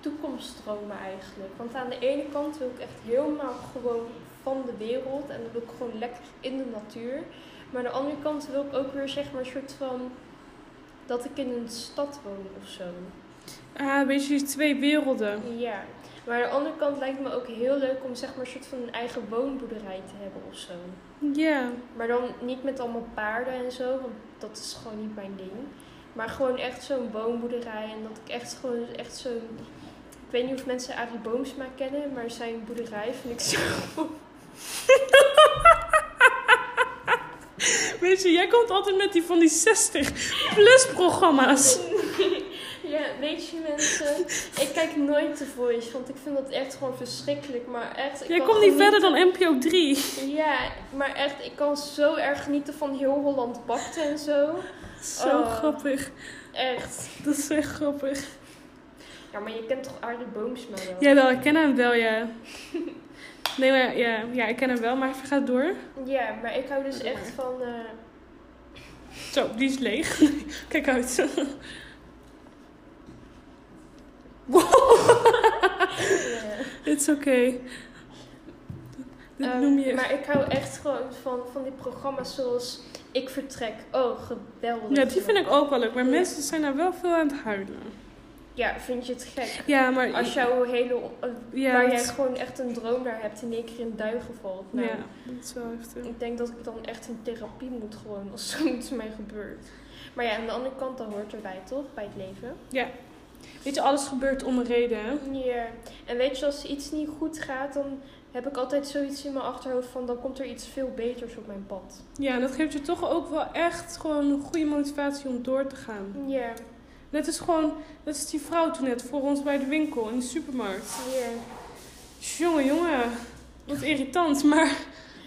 B: toekomstdromen eigenlijk. Want aan de ene kant wil ik echt helemaal gewoon van de wereld. En dan wil ik gewoon lekker in de natuur. Maar aan de andere kant wil ik ook weer zeg maar een soort van... Dat ik in een stad woon of zo.
A: Ah, een beetje die twee werelden.
B: Ja. Maar aan de andere kant lijkt het me ook heel leuk om zeg maar een soort van een eigen woonboerderij te hebben of zo.
A: Ja.
B: Maar dan niet met allemaal paarden en zo, want dat is gewoon niet mijn ding. Maar gewoon echt zo'n boomboerderij en dat ik echt gewoon echt zo'n... Ik weet niet of mensen Arie Boomsma kennen, maar zijn boerderij vind ik zo...
A: Weet je, jij komt altijd met die van die 60 plus programma's.
B: ja, weet je mensen, ik kijk nooit The Voice, want ik vind dat echt gewoon verschrikkelijk. Maar echt, ik
A: Jij
B: kan
A: komt niet
B: genieten-
A: verder dan NPO 3.
B: Ja, maar echt, ik kan zo erg genieten van heel Holland bakte en zo.
A: Zo
B: Oh.
A: grappig.
B: Echt.
A: Oh. Dat is echt grappig.
B: Ja, maar je kent toch Arie Boomsma wel?
A: Jawel, ik ken hem wel, ja. Nee, maar ja, ja, ik ken hem wel, maar hij gaat door.
B: Ja, maar ik hou dus echt van... eh,
A: Zo, die is leeg. Kijk uit.
B: eh,
A: It's okay. Dit
B: Ehm,
A: noem je...
B: Maar ik hou echt gewoon van, van die programma's zoals Ik Vertrek. Oh, geweldig.
A: Ja, die vind ik ook wel leuk. Maar mensen zijn daar wel veel aan het huilen.
B: Ja, vind je het gek?
A: Ja, maar...
B: Als jouw hele... eh,
A: Ja,
B: waar
A: dat-
B: jij gewoon echt een droom naar hebt in één keer in duigen valt. Nou,
A: Ja, dat is wel heftig.
B: Ik denk dat ik dan echt in therapie moet gewoon als zoiets mij gebeurt. Maar ja, aan de andere kant, dat hoort erbij toch? Bij het leven.
A: Weet je, alles gebeurt om een reden, hè?
B: Ja. En weet je, als iets niet goed gaat, dan heb ik altijd zoiets in mijn achterhoofd van... dan komt er iets veel beters op mijn pad.
A: Ja, en dat geeft je toch ook wel echt gewoon een goede motivatie om door te gaan.
B: Ja.
A: Net is gewoon... Dat is die vrouw toen net voor ons bij de winkel in de supermarkt. Dus
B: Ja.
A: Jongen, jongen. Wat irritant, maar...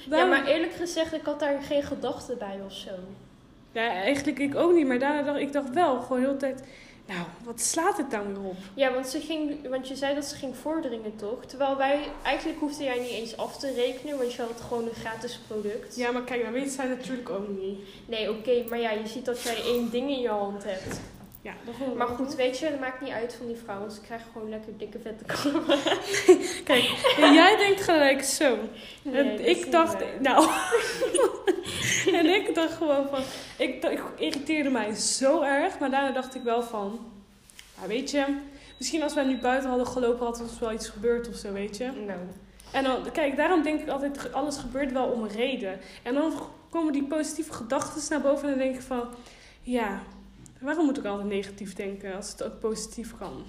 A: daarom-
B: Ja, maar eerlijk gezegd, ik had daar geen gedachten bij of zo.
A: Ja, eigenlijk ik ook niet. Maar daarna dacht ik dacht wel gewoon heel de tijd... Nou, wat slaat het dan weer op?
B: Ja, want, ze ging, want je zei dat ze ging vorderingen, toch? Terwijl wij, eigenlijk hoefde jij niet eens af te rekenen, want je had gewoon een gratis product.
A: Ja, maar kijk, dat weet zij natuurlijk ook niet.
B: Nee, oké, maar ja, je ziet dat jij één ding in je hand hebt.
A: Ja, dat
B: Maar goed, weet je, dat maakt niet uit van die vrouw, want ze krijgen gewoon lekker dikke vette klommen.
A: En jij denkt gelijk zo.
B: Nee, dat
A: en
B: is niet
A: ik dacht,
B: waar.
A: nou. en ik dacht gewoon van. Ik, dacht- ik irriteerde mij zo erg, maar daarna dacht ik wel van. Maar weet je, misschien als wij nu buiten hadden gelopen, had ons wel iets gebeurd of zo, weet je.
B: Nou,
A: En dan, kijk, daarom denk ik altijd, ge- alles gebeurt wel om een reden. En dan g- komen die positieve gedachten naar boven en dan denk ik van, ja, waarom moet ik altijd negatief denken als het ook positief kan?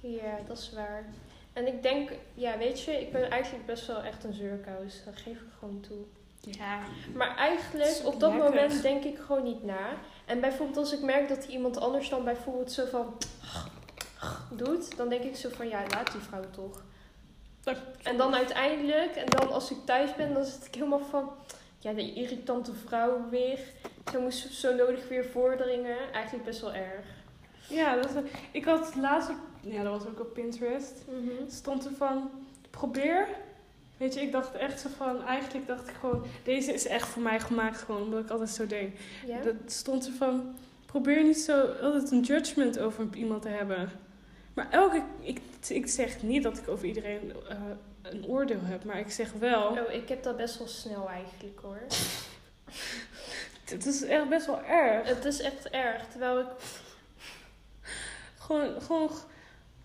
B: ja, dat is waar. En ik denk, ja, weet je, ik ben eigenlijk best wel echt een zeurkous. Dat geef ik gewoon toe.
A: Ja.
B: Maar eigenlijk,
A: Dat is
B: op dat
A: lekker.
B: moment denk ik gewoon niet na. En bijvoorbeeld als ik merk dat iemand anders dan bijvoorbeeld zo van... doet, dan denk ik zo van, ja, laat die vrouw toch. En dan uiteindelijk, en dan als ik thuis ben, dan zit ik helemaal van... Ja, die irritante vrouw weer. Ze moest zo nodig weer vorderingen. Eigenlijk best wel erg.
A: Ja, dat is- ik had laatst, op- ja, dat was ook op Pinterest, stond er van, probeer. Weet je, ik dacht echt zo van, eigenlijk dacht ik gewoon, deze is echt voor mij gemaakt gewoon, omdat ik altijd zo denk.
B: Ja?
A: Dat stond er van, probeer niet zo altijd een judgment over iemand te hebben. Maar elke, ik, ik zeg niet dat ik over iedereen eh, een oordeel heb, maar ik zeg wel,
B: Oh, ik heb dat best wel snel eigenlijk hoor.
A: het is echt best wel erg.
B: Het is echt erg. Terwijl ik...
A: Gewoon, gewoon,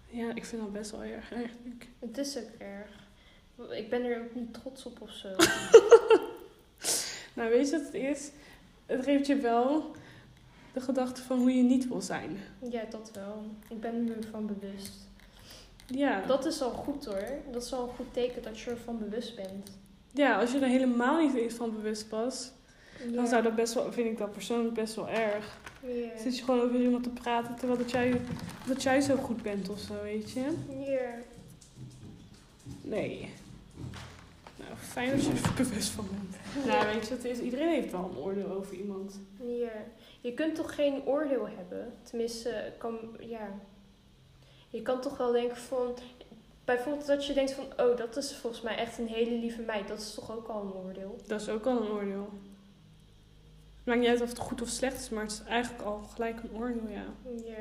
A: ja, ik vind dat best wel erg eigenlijk.
B: Het is ook erg. Ik ben er ook niet trots op of zo.
A: Nou, weet je wat het is? Het geeft je wel de gedachte van hoe je niet wil zijn.
B: Ja, dat wel. Ik ben me ervan bewust.
A: Ja.
B: Dat is al goed hoor. Dat is al een goed teken dat je ervan bewust bent.
A: ja, als je er helemaal niet van bewust was, dan
B: Ja.
A: zou dat best wel, vind ik dat persoonlijk best wel erg.
B: Ja.
A: Zit je gewoon over iemand te praten terwijl dat jij, dat jij zo goed bent of zo, weet je?
B: Ja.
A: Nee. Nou, fijn dat je er bewust van bent. Nou, weet je wat het is? Iedereen heeft wel een oordeel over iemand.
B: Ja. Je kunt toch geen oordeel hebben? Tenminste, kan, ja. Je kan toch wel denken van... Bijvoorbeeld dat je denkt van... Oh, dat is volgens mij echt een hele lieve meid. Dat is toch ook al een oordeel?
A: Dat is ook al een oordeel. Het maakt niet uit of het goed of slecht is, maar het is eigenlijk al gelijk een oordeel, ja.
B: Ja.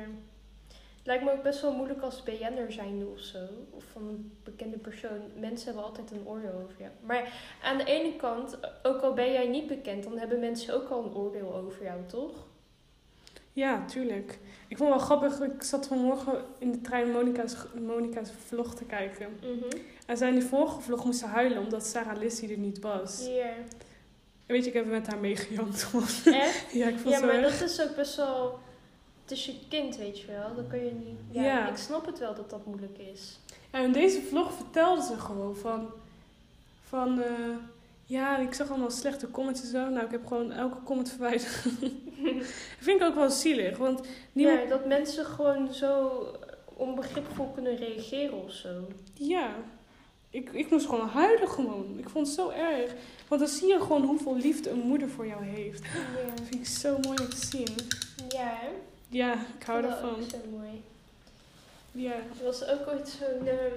B: Het lijkt me ook best wel moeilijk als BN'er zijnde of zo. Of van een bekende persoon. Mensen hebben altijd een oordeel over jou. Maar aan de ene kant, ook al ben jij niet bekend, dan hebben mensen ook al een oordeel over jou, toch?
A: Ja, tuurlijk. Ik vond het wel grappig, ik zat vanmorgen in de trein Monika's, Monika's vlog te kijken. En zij in die vorige vlog moest ze huilen omdat Sarah Lissy er niet was.
B: Ja.
A: En weet je, ik heb met haar meegejamd. gewoon.
B: Echt?
A: ja, ik vond het
B: Ja,
A: zo
B: maar
A: erg.
B: dat is ook best wel... Het is je kind, weet je wel. Dan kun je niet... Ja,
A: Ja.
B: ik snap het wel dat dat moeilijk is.
A: En in deze vlog vertelde ze gewoon van... Van, eh, ja, ik zag allemaal slechte comments en zo. Nou, ik heb gewoon elke comment verwijderd. dat vind ik ook wel zielig, want niemand...
B: Ja, dat mensen gewoon zo onbegripvol kunnen reageren of zo.
A: Ja, ik, ik moest gewoon huilen gewoon. Ik vond het zo erg. Want dan zie je gewoon hoeveel liefde een moeder voor jou heeft.
B: Ja.
A: Dat vind ik zo mooi om te zien.
B: Ja, hè?
A: Ja, ik hou
B: dat
A: ervan.
B: is zo mooi.
A: Ja.
B: Er was ook ooit zo'n ehm,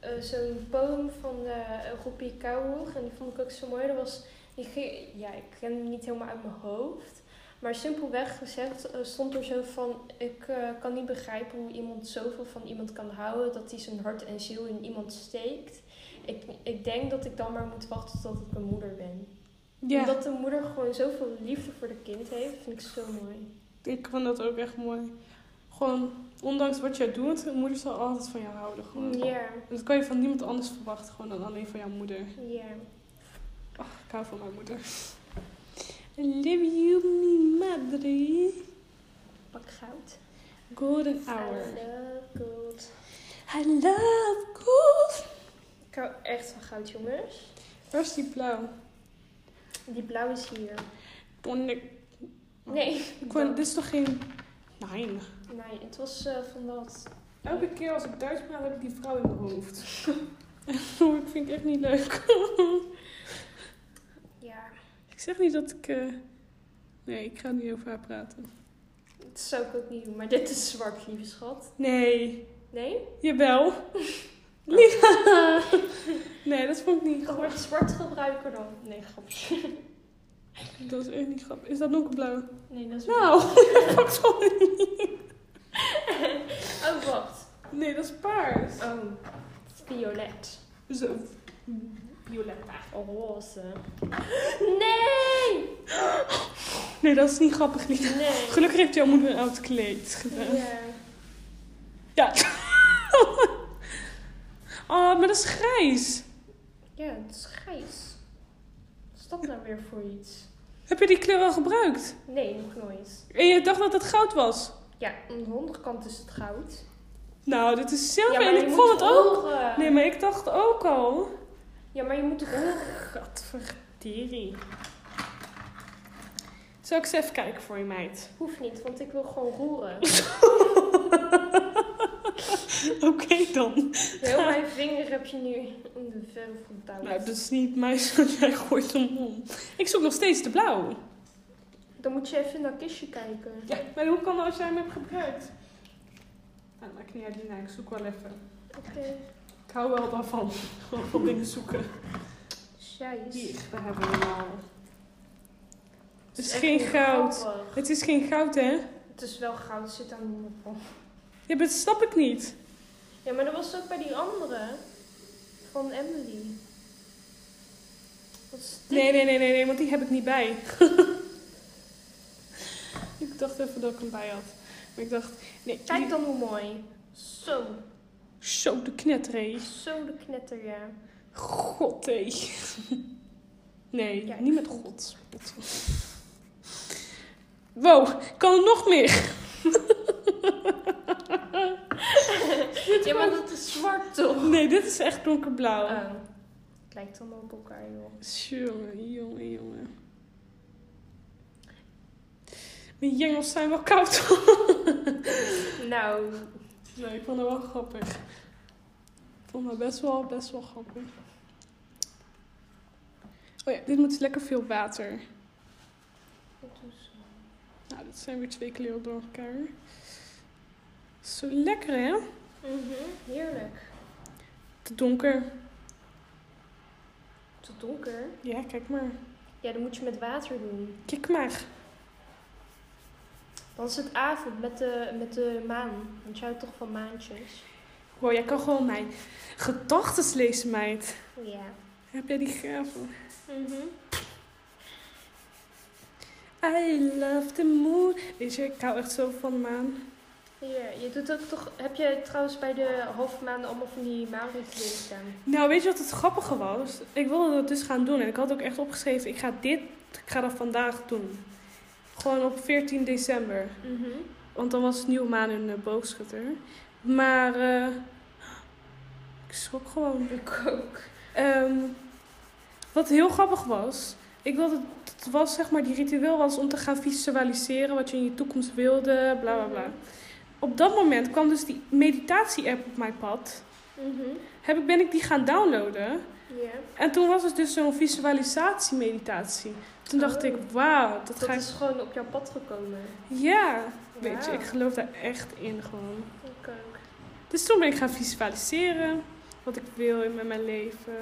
B: eh, zo'n poem van eh Roepie Kouwhoeg. En die vond ik ook zo mooi. Dat was, die ging- ja, ik ken hem niet helemaal uit mijn hoofd. Maar simpelweg gezegd eh, stond er zo van... Ik eh, kan niet begrijpen hoe iemand zoveel van iemand kan houden... dat hij zijn hart en ziel in iemand steekt. Ik, ik denk dat ik dan maar moet wachten tot ik een moeder ben.
A: Ja,
B: Omdat de moeder gewoon zoveel liefde voor de kind heeft, vind ik zo mooi.
A: ik vond dat ook echt mooi. Gewoon, ondanks wat jij doet, een moeder zal altijd van jou houden. Gewoon.
B: Ja,
A: Dat kan je van niemand anders verwachten, gewoon dan alleen van jouw moeder.
B: ja.
A: Ach, ik hou van mijn moeder. I love you, mi madre.
B: Pak goud.
A: Golden hour.
B: I love gold.
A: I love gold.
B: Ik hou echt van goud, jongens.
A: Waar is die blauw?
B: Die blauw is hier.
A: Kon ik-
B: Nee. dus-
A: ik kon- dit is toch geen... Nee.
B: Nee, het was eh, van dat.
A: Elke keer als ik Duits praat, heb ik die vrouw in mijn hoofd. Oh, ik vind het echt niet leuk.
B: Ja,
A: ik zeg niet dat ik... eh, Nee, ik ga niet over haar praten.
B: dat zou ik ook niet doen. Maar dit is zwart, lieve schat.
A: Nee.
B: Nee?
A: Jawel. Niet- nee, dat vond ik niet
B: Ik
A: grappig.
B: word zwart gebruiker dan. Nee, grapje.
A: Dat is echt niet grappig. Is dat donkerblauw?
B: Nee, dat is.
A: Nou, ik pak zo
B: Oh, wat?
A: Nee, dat is paars.
B: Oh, violet. Oh,
A: Zo. Violet.
B: Roze. Nee!
A: Nee, dat is niet grappig. Niet.
B: Nee.
A: Gelukkig heeft jouw moeder een oud kleed gedaan.
B: Ja.
A: Ja. Oh, maar dat is grijs.
B: Ja, het is grijs. Wat is dat nou weer voor iets?
A: Heb je die kleur al gebruikt?
B: Nee, nog nooit.
A: En je dacht dat het goud was?
B: Ja, aan de onderkant is het goud.
A: Nou, dit is
B: ja,
A: zilver
B: maar
A: en
B: je
A: ik
B: moet
A: vond het ook.
B: horen.
A: Nee, maar ik dacht ook al.
B: Ja, maar je moet toch horen.
A: Gadverdiri. Zal ik eens even kijken voor je, meid?
B: Hoeft niet, want ik wil gewoon roeren.
A: Oké dan.
B: Heel mijn vinger heb je nu in de verf gedouwd.
A: Nou, dat is niet mij zo. Jij gooit hem om. Ik zoek nog steeds de blauw.
B: Dan moet je even naar kistje kijken.
A: Ja, maar hoe kan dat als jij hem hebt gebruikt? Nou, maakt niet uit, Lina. Ik zoek wel even.
B: Oké.
A: Ik hou wel daarvan. Gewoon van dingen zoeken.
B: Scheis.
A: Hier,
B: Het
A: we hebben hem al. Het
B: is
A: is
B: echt
A: geen
B: niet
A: goud.
B: grappig.
A: Het is geen goud, hè?
B: Het is wel goud, het zit aan de nippel.
A: Ja, maar dat snap ik niet.
B: Ja, maar dat was ook bij die andere. Van Emily. Wat is dit?
A: Nee, nee, nee, nee, nee, want die heb ik niet bij. ik dacht even dat ik hem bij had. Maar ik dacht, nee.
B: Kijk
A: die-
B: dan hoe mooi. Zo.
A: Zo, de knetter, hé.
B: Zo de knetter, ja.
A: God, hé. Nee,
B: Ja, ik
A: niet met
B: vond-
A: God. Wow, kan er nog meer?
B: Ja, maar dat is zwart toch?
A: Nee, dit is echt donkerblauw.
B: Oh. Het lijkt allemaal op elkaar, joh.
A: Jongen, jongen, jongen. Mijn jengels zijn wel koud.
B: Nou,
A: nee, ik vond het wel grappig. Ik vond het best wel, best wel grappig. Oh ja, dit moet lekker veel water.
B: dat is
A: Nou, dit zijn weer twee kleuren door elkaar. Zo lekker, hè?
B: Mhm, Heerlijk.
A: Te donker.
B: Te donker.
A: Ja, kijk maar.
B: Ja, dan moet je met water doen.
A: Kijk maar.
B: Dan is het avond met de, met de maan. Want jij houdt toch van maantjes?
A: Wow, jij kan gewoon mijn gedachten lezen, meid.
B: Ja.
A: Heb jij die graven?
B: Mhm.
A: I love the moon. Weet je, ik hou echt zo van de maan.
B: Ja, je doet ook toch... Heb je trouwens bij de halve maan allemaal van die maanrituelen staan?
A: Nou, weet je wat het grappige was? Ik wilde dat dus gaan doen. En ik had ook echt opgeschreven, ik ga dit, ik ga dat vandaag doen. Gewoon op 14 december.
B: Mhm.
A: Want dan was het nieuwe maan in de boogschutter. Maar, eh, ik schrok gewoon.
B: Ik ook.
A: Ehm, wat heel grappig was, ik wilde, het was zeg maar, die ritueel was om te gaan visualiseren wat je in je toekomst wilde, bla bla bla. Op dat moment kwam dus die meditatie-app op mijn pad.
B: Mhm.
A: Heb ik, ben ik die gaan downloaden.
B: Ja.
A: En toen was het dus zo'n visualisatie-meditatie. Toen dacht
B: Oh.
A: ik, wauw, dat
B: Dat
A: ga ik...
B: is gewoon op jouw pad gekomen.
A: Ja, weet je,
B: Wauw.
A: ik geloof daar echt in gewoon.
B: Ik ook.
A: Dus toen ben ik gaan visualiseren wat ik wil in met mijn leven.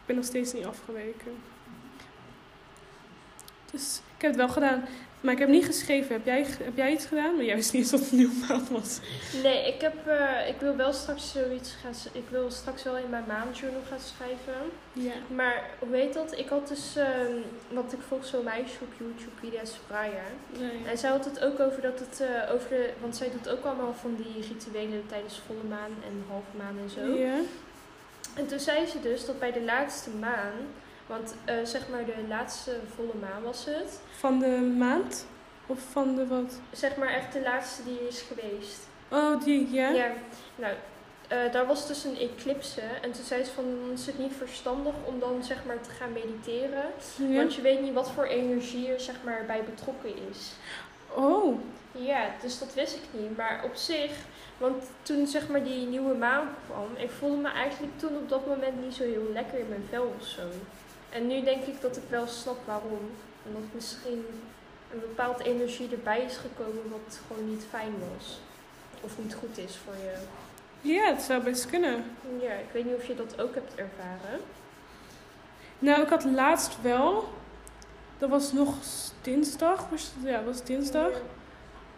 A: Ik ben nog steeds niet afgeweken. Dus ik heb het wel gedaan. Maar ik heb niet geschreven. Heb jij, heb jij iets gedaan? Maar jij wist niet eens wat een nieuwe maand was.
B: Nee, ik, heb, eh, ik wil wel straks zoiets gaan... s- Ik wil straks wel in mijn maandjournal gaan schrijven.
A: Ja.
B: Maar hoe heet dat? Ik had dus... ehm, want ik volg zo'n meisje op YouTube, Lydia Spraya.
A: Nee.
B: En zij had het ook over dat het eh, over de... Want zij doet ook allemaal van die rituelen tijdens volle maan en halve maan en zo.
A: Ja.
B: En toen zei ze dus dat bij de laatste maan... Want eh, zeg maar de laatste volle maan was het.
A: Van de maand? Of van de wat?
B: Zeg maar echt de laatste die is geweest.
A: Oh, die, ja?
B: Ja, nou, eh, daar was dus een eclipse. En toen zei ze van, dan is het niet verstandig om dan zeg maar te gaan mediteren.
A: Ja.
B: Want je weet niet wat voor energie er zeg maar bij betrokken is.
A: Oh,
B: Ja, dus dat wist ik niet. Maar op zich, want toen zeg maar die nieuwe maan kwam, ik voelde me eigenlijk toen op dat moment niet zo heel lekker in mijn vel of zo. En nu denk ik dat ik wel snap waarom. Omdat misschien een bepaalde energie erbij is gekomen wat gewoon niet fijn was. Of niet goed is voor je.
A: ja, het zou best kunnen.
B: Ja, ik weet niet of je dat ook hebt ervaren.
A: Nou, ik had laatst wel. Dat was nog s- dinsdag. Was, ja, dat was dinsdag.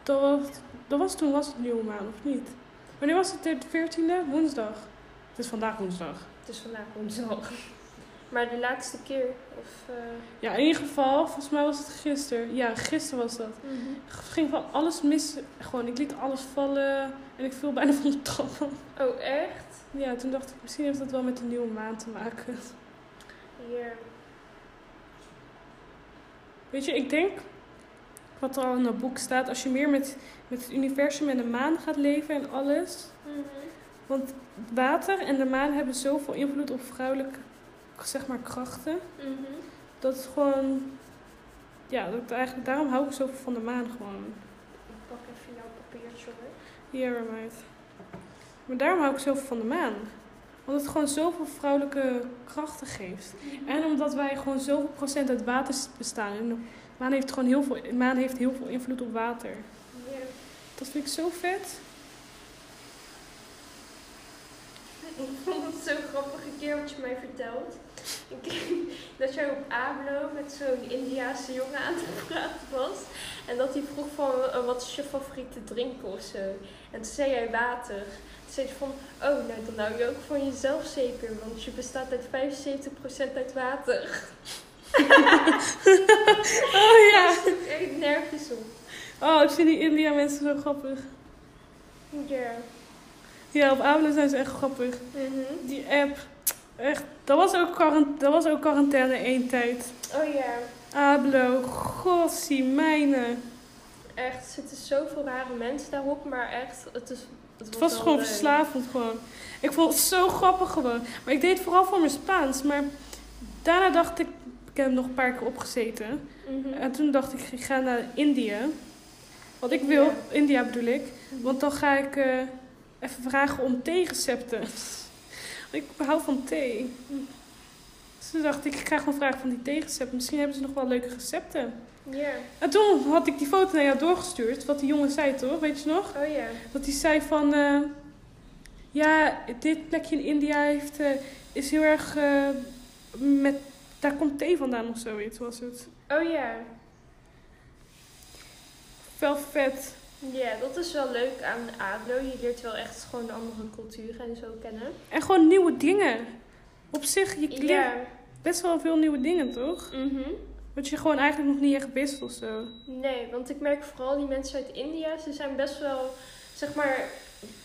A: Dat was, dat was toen was het nieuwe maan, of niet? Wanneer was het? De 14e? Woensdag. Het is vandaag woensdag.
B: Het is vandaag woensdag. Maar de laatste keer, of... eh,
A: Ja, in ieder geval, volgens mij was het gisteren. Ja, gisteren was dat. Ik ging van alles mis. Gewoon, ik liet alles vallen. En ik viel bijna van de trap. af.
B: Oh, echt?
A: Ja, toen dacht ik, misschien heeft dat wel met de nieuwe maan te maken.
B: Ja.
A: Weet je, ik denk wat er al in dat boek staat, als je meer met, met het universum en de maan gaat leven en alles.
B: Mhm.
A: Want water en de maan hebben zoveel invloed op vrouwelijke zeg maar, krachten.
B: Mhm.
A: Dat is gewoon. Ja, dat ik eigenlijk, daarom hou ik zoveel van de maan gewoon.
B: Ik pak even jouw papiertje hoor.
A: Hier, meid. Maar daarom hou ik zoveel van de maan. Omdat het gewoon zoveel vrouwelijke krachten geeft. En omdat wij gewoon zoveel procent uit water bestaan. En de maan heeft gewoon heel veel, de maan heeft heel veel invloed op water.
B: Ja.
A: Dat vind ik zo vet.
B: Ik vond het zo grappig een keer wat je mij vertelt. Ik- dat jij op Ablo met zo'n Indiaanse jongen aan te praten was. En dat hij vroeg van eh, wat is je favoriete drink of zo. En toen zei jij water. Toen zei hij van, oh nou dan hou je ook van jezelf zeker. Want je bestaat uit 75% uit water.
A: Oh
B: Daar
A: ja.
B: stond echt nergens op.
A: Oh, ik vind die India mensen zo grappig.
B: Ja.
A: Ja, op Abelen zijn ze echt grappig.
B: Mhm.
A: Die app. Echt. Dat was ook, quarant dat was ook quarantaine één tijd.
B: Oh ja.
A: Abelo, gossie, mijne.
B: Echt, er zitten zoveel rare mensen daarop. Maar echt, het is...
A: Het was
B: wel
A: gewoon
B: leuk.
A: verslavend gewoon. Ik vond het zo grappig gewoon. Maar ik deed het vooral voor mijn Spaans. Maar daarna dacht ik, ik heb hem nog een paar keer opgezeten.
B: Mhm.
A: En toen dacht ik, ik ga naar Indië. Want ik wil,
B: India.
A: India bedoel ik. Want dan ga ik eh, even vragen om theerecepten. Want ik hou van thee. Dus toen dacht ik, ik ga gewoon vragen van die theerecepten. Misschien hebben ze nog wel leuke recepten.
B: Ja.
A: En toen had ik die foto naar jou doorgestuurd. Wat die jongen zei toch, weet je nog?
B: Oh ja.
A: Dat hij zei van... eh, ja, dit plekje in India heeft, eh, is heel erg... eh, met, daar komt thee vandaan of zoiets was het.
B: Oh ja.
A: Wel vet.
B: Ja, dat is wel leuk aan ADLO. Je leert wel echt gewoon andere culturen en zo kennen.
A: En gewoon nieuwe dingen. Op zich, je leert
B: Ja.
A: best wel veel nieuwe dingen, toch?
B: Mhm.
A: Wat je gewoon eigenlijk nog niet echt wist of zo.
B: Nee, want ik merk vooral die mensen uit India, ze zijn best wel, zeg maar,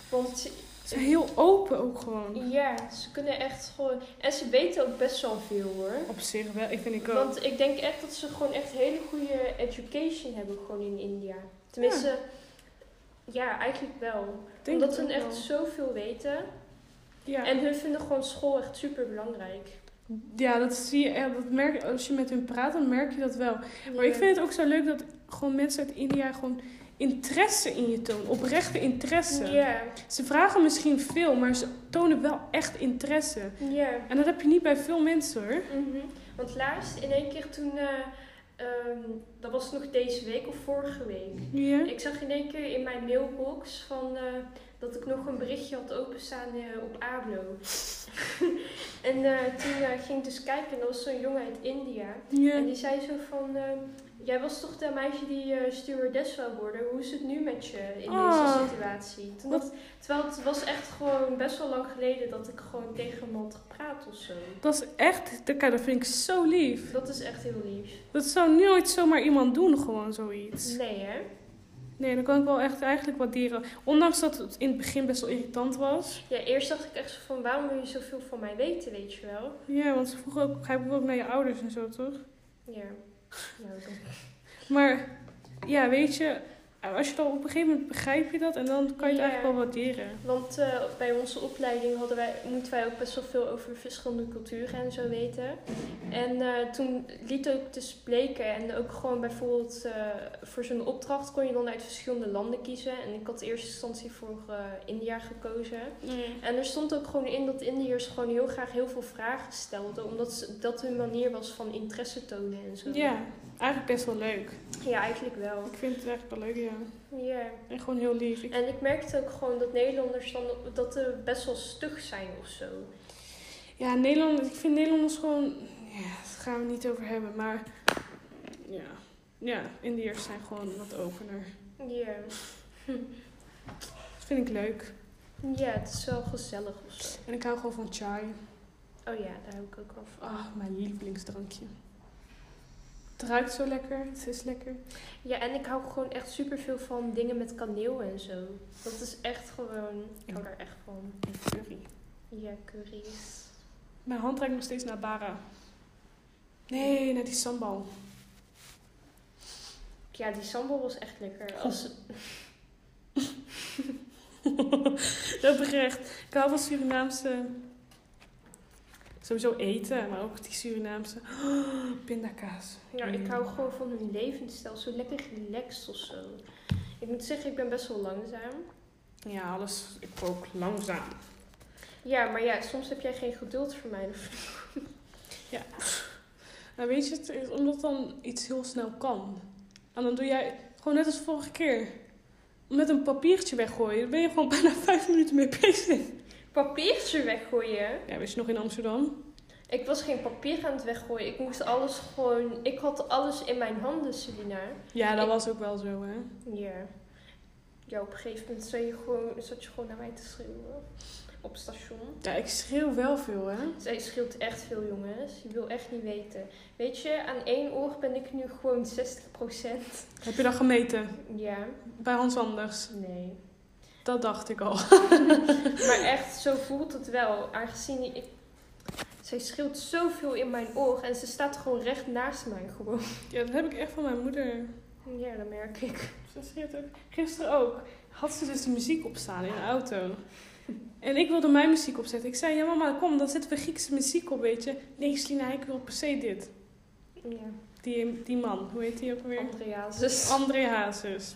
B: want ze-
A: Ze zijn heel open ook gewoon.
B: ja, ze kunnen echt gewoon, en ze weten ook best wel veel hoor.
A: Op zich wel, ik vind ik ook.
B: Want ik denk echt dat ze gewoon echt hele goede education hebben gewoon in India. Tenminste, ja, eigenlijk wel.
A: Ik denk
B: Omdat
A: het
B: ze
A: ook
B: echt
A: wel.
B: zoveel weten.
A: Ja.
B: En hun vinden gewoon school echt super belangrijk.
A: ja, dat zie je. echt, Dat merk, als je met hun praat, dan merk je dat wel. Maar ik vind het ook zo leuk dat gewoon mensen uit India gewoon interesse in je tonen. Oprechte interesse.
B: Ja,
A: Ze vragen misschien veel, maar ze tonen wel echt interesse.
B: ja.
A: En dat heb je niet bij veel mensen hoor.
B: Mhm. Want laatst in één keer toen eh, ehm, dat was nog deze week of vorige week.
A: Ja?
B: Ik zag in één keer in mijn mailbox van, eh, dat ik nog een berichtje had openstaan eh, op ABLO. en eh, toen eh, ging ik dus kijken en dat was zo'n jongen uit India. En
A: Ja.
B: die zei zo van, eh, jij was toch dat meisje die eh stewardess wil worden? Hoe is het nu met je in
A: Oh.
B: deze situatie? Toen
A: Wat-
B: dat- terwijl het was echt gewoon best wel lang geleden dat ik gewoon tegen hem had gepraat of zo.
A: Dat is echt, dat kijk, dat vind ik zo lief.
B: Dat is echt heel lief.
A: Dat zou nooit zomaar iemand doen, gewoon zoiets.
B: Nee hè?
A: Nee, dan kan ik wel echt eigenlijk waarderen. Ondanks dat het in het begin best wel irritant was.
B: Ja, eerst dacht ik echt zo van, waarom wil je zoveel van mij weten, weet je wel?
A: Ja, want ze vroegen ook, hij vroeg ook naar je ouders en zo, toch?
B: Ja. Nou, dan-
A: Maar ja, weet je, als je dan op een gegeven moment begrijp je dat en dan kan je het
B: Ja.
A: eigenlijk wel waarderen.
B: Want eh, bij onze opleiding hadden wij, moeten wij ook best wel veel over verschillende culturen en zo weten. En eh, toen liet ook dus bleken en ook gewoon bijvoorbeeld eh, voor zo'n opdracht kon je dan uit verschillende landen kiezen. En ik had in eerste instantie voor eh, India gekozen. En er stond ook gewoon in dat Indiërs gewoon heel graag heel veel vragen stelden, omdat ze- dat hun manier was van interesse tonen en zo.
A: Ja, eigenlijk best wel leuk.
B: Ja, eigenlijk wel.
A: Ik vind het eigenlijk wel leuk, ja.
B: Ja.
A: En gewoon heel lief. Ik,
B: En ik merkte ook gewoon dat Nederlanders dan dat eh, best wel stug zijn of zo.
A: ja, Nederland, ik vind Nederlanders gewoon... Ja, daar gaan we het niet over hebben, maar... Ja, ja Indiërs zijn gewoon wat opener.
B: Ja.
A: Dat vind ik leuk.
B: Ja, het is wel gezellig of zo.
A: En ik hou gewoon van chai.
B: Oh ja, daar hou ik ook wel van.
A: Ah, mijn lievelingsdrankje. Het ruikt zo lekker, het is lekker.
B: Ja, en ik hou gewoon echt superveel van dingen met kaneel en zo. Dat is echt gewoon... Ik hou daar echt van.
A: En curry.
B: Ja, curry's.
A: Mijn hand reikt nog steeds naar Bara. Nee, naar die sambal.
B: Ja, die sambal was echt lekker. Als,
A: dat gerecht. Ik hou van Surinaamse... Sowieso eten, maar ook die Surinaamse... pindakaas.
B: ja, ik hou gewoon van hun levensstijl. Zo lekker relaxed of zo. Ik moet zeggen, ik ben best wel langzaam.
A: Ja, alles... Ik kook langzaam.
B: Ja, maar ja, soms heb jij geen geduld voor mij.
A: Nou, weet je, het is omdat dan iets heel snel kan. En dan doe jij gewoon net als vorige keer. Met een papiertje weggooien. Dan ben je gewoon bijna vijf minuten mee bezig.
B: Papiertje weggooien.
A: Ja, weet je nog in Amsterdam?
B: Ik was geen papier aan het weggooien. Ik moest alles gewoon... Ik had alles in mijn handen, Selina.
A: Ja, dat was ook wel zo, hè?
B: Ja. Ja, op een gegeven moment zat je gewoon, zat je gewoon naar mij te schreeuwen. Op station.
A: Ja, ik schreeuw wel veel, hè?
B: Zij schreeuwt echt veel, jongens. Je wil echt niet weten. Weet je, aan één oor ben ik nu gewoon 60%.
A: Heb je dat gemeten?
B: Ja,
A: Bij Hans Anders.
B: nee.
A: Dat dacht ik al.
B: Maar echt, zo voelt het wel. Aangezien ik... Zij schreeuwt zoveel in mijn oor. En ze staat gewoon recht naast mij gewoon.
A: Ja, dat heb ik echt van mijn moeder.
B: Ja, dat merk ik.
A: Ze schreeuwt ook. Gisteren ook. Had ze dus de muziek opstaan in de auto. En ik wilde mijn muziek opzetten. Ik zei, ja mama, kom, dan zetten we Griekse muziek op, weet je. Nee, Slina, ik wil per se dit.
B: Ja,
A: Die, die man, hoe heet die ook alweer?
B: Andreas. Dus...
A: André Hazes.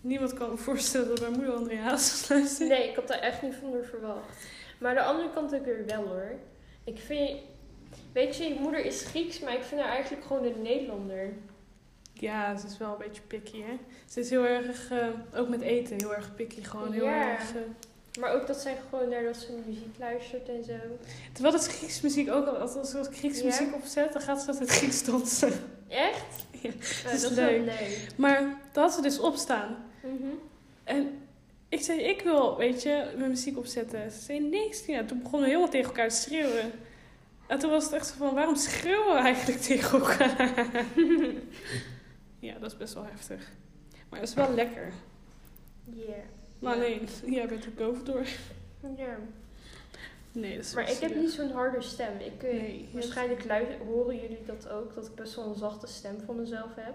A: Niemand kan me voorstellen dat mijn moeder André Hazes luistert.
B: Nee, ik had daar echt niet van door verwacht. Maar de andere kant ook weer wel hoor. Ik vind. Weet je, je moeder is Grieks, maar ik vind haar eigenlijk gewoon een Nederlander.
A: Ja, ze is wel een beetje picky, hè. Ze is heel erg, eh, ook met eten, heel erg picky. Gewoon heel
B: Ja.
A: erg... eh,
B: Maar ook dat zij gewoon naar dat ze muziek luistert en zo.
A: terwijl het Grieks muziek ook, al- als als ik Grieks
B: Ja.
A: muziek opzet, dan gaat ze altijd Grieks dansen.
B: Echt?
A: Ja,
B: Nou,
A: dat is
B: wel
A: leuk.
B: leuk.
A: Maar dat had ze dus opstaan.
B: Mhm.
A: En ik zei, ik wil, weet je, mijn muziek opzetten. Ze zei, nee, Stina. Toen begonnen we helemaal tegen elkaar te schreeuwen. En toen was het echt zo van, waarom schreeuwen we eigenlijk tegen elkaar? ja, dat is best wel heftig. Maar het is wel lekker.
B: Ja.
A: Maar
B: Ja.
A: alleen, jij bent er boven door.
B: Ja.
A: Nee, dat is
B: Maar
A: wel
B: ik heb
A: zielig.
B: niet zo'n harde stem. Ik, eh,
A: Nee, je
B: waarschijnlijk lui- horen jullie dat ook, dat ik best wel een zachte stem voor mezelf heb.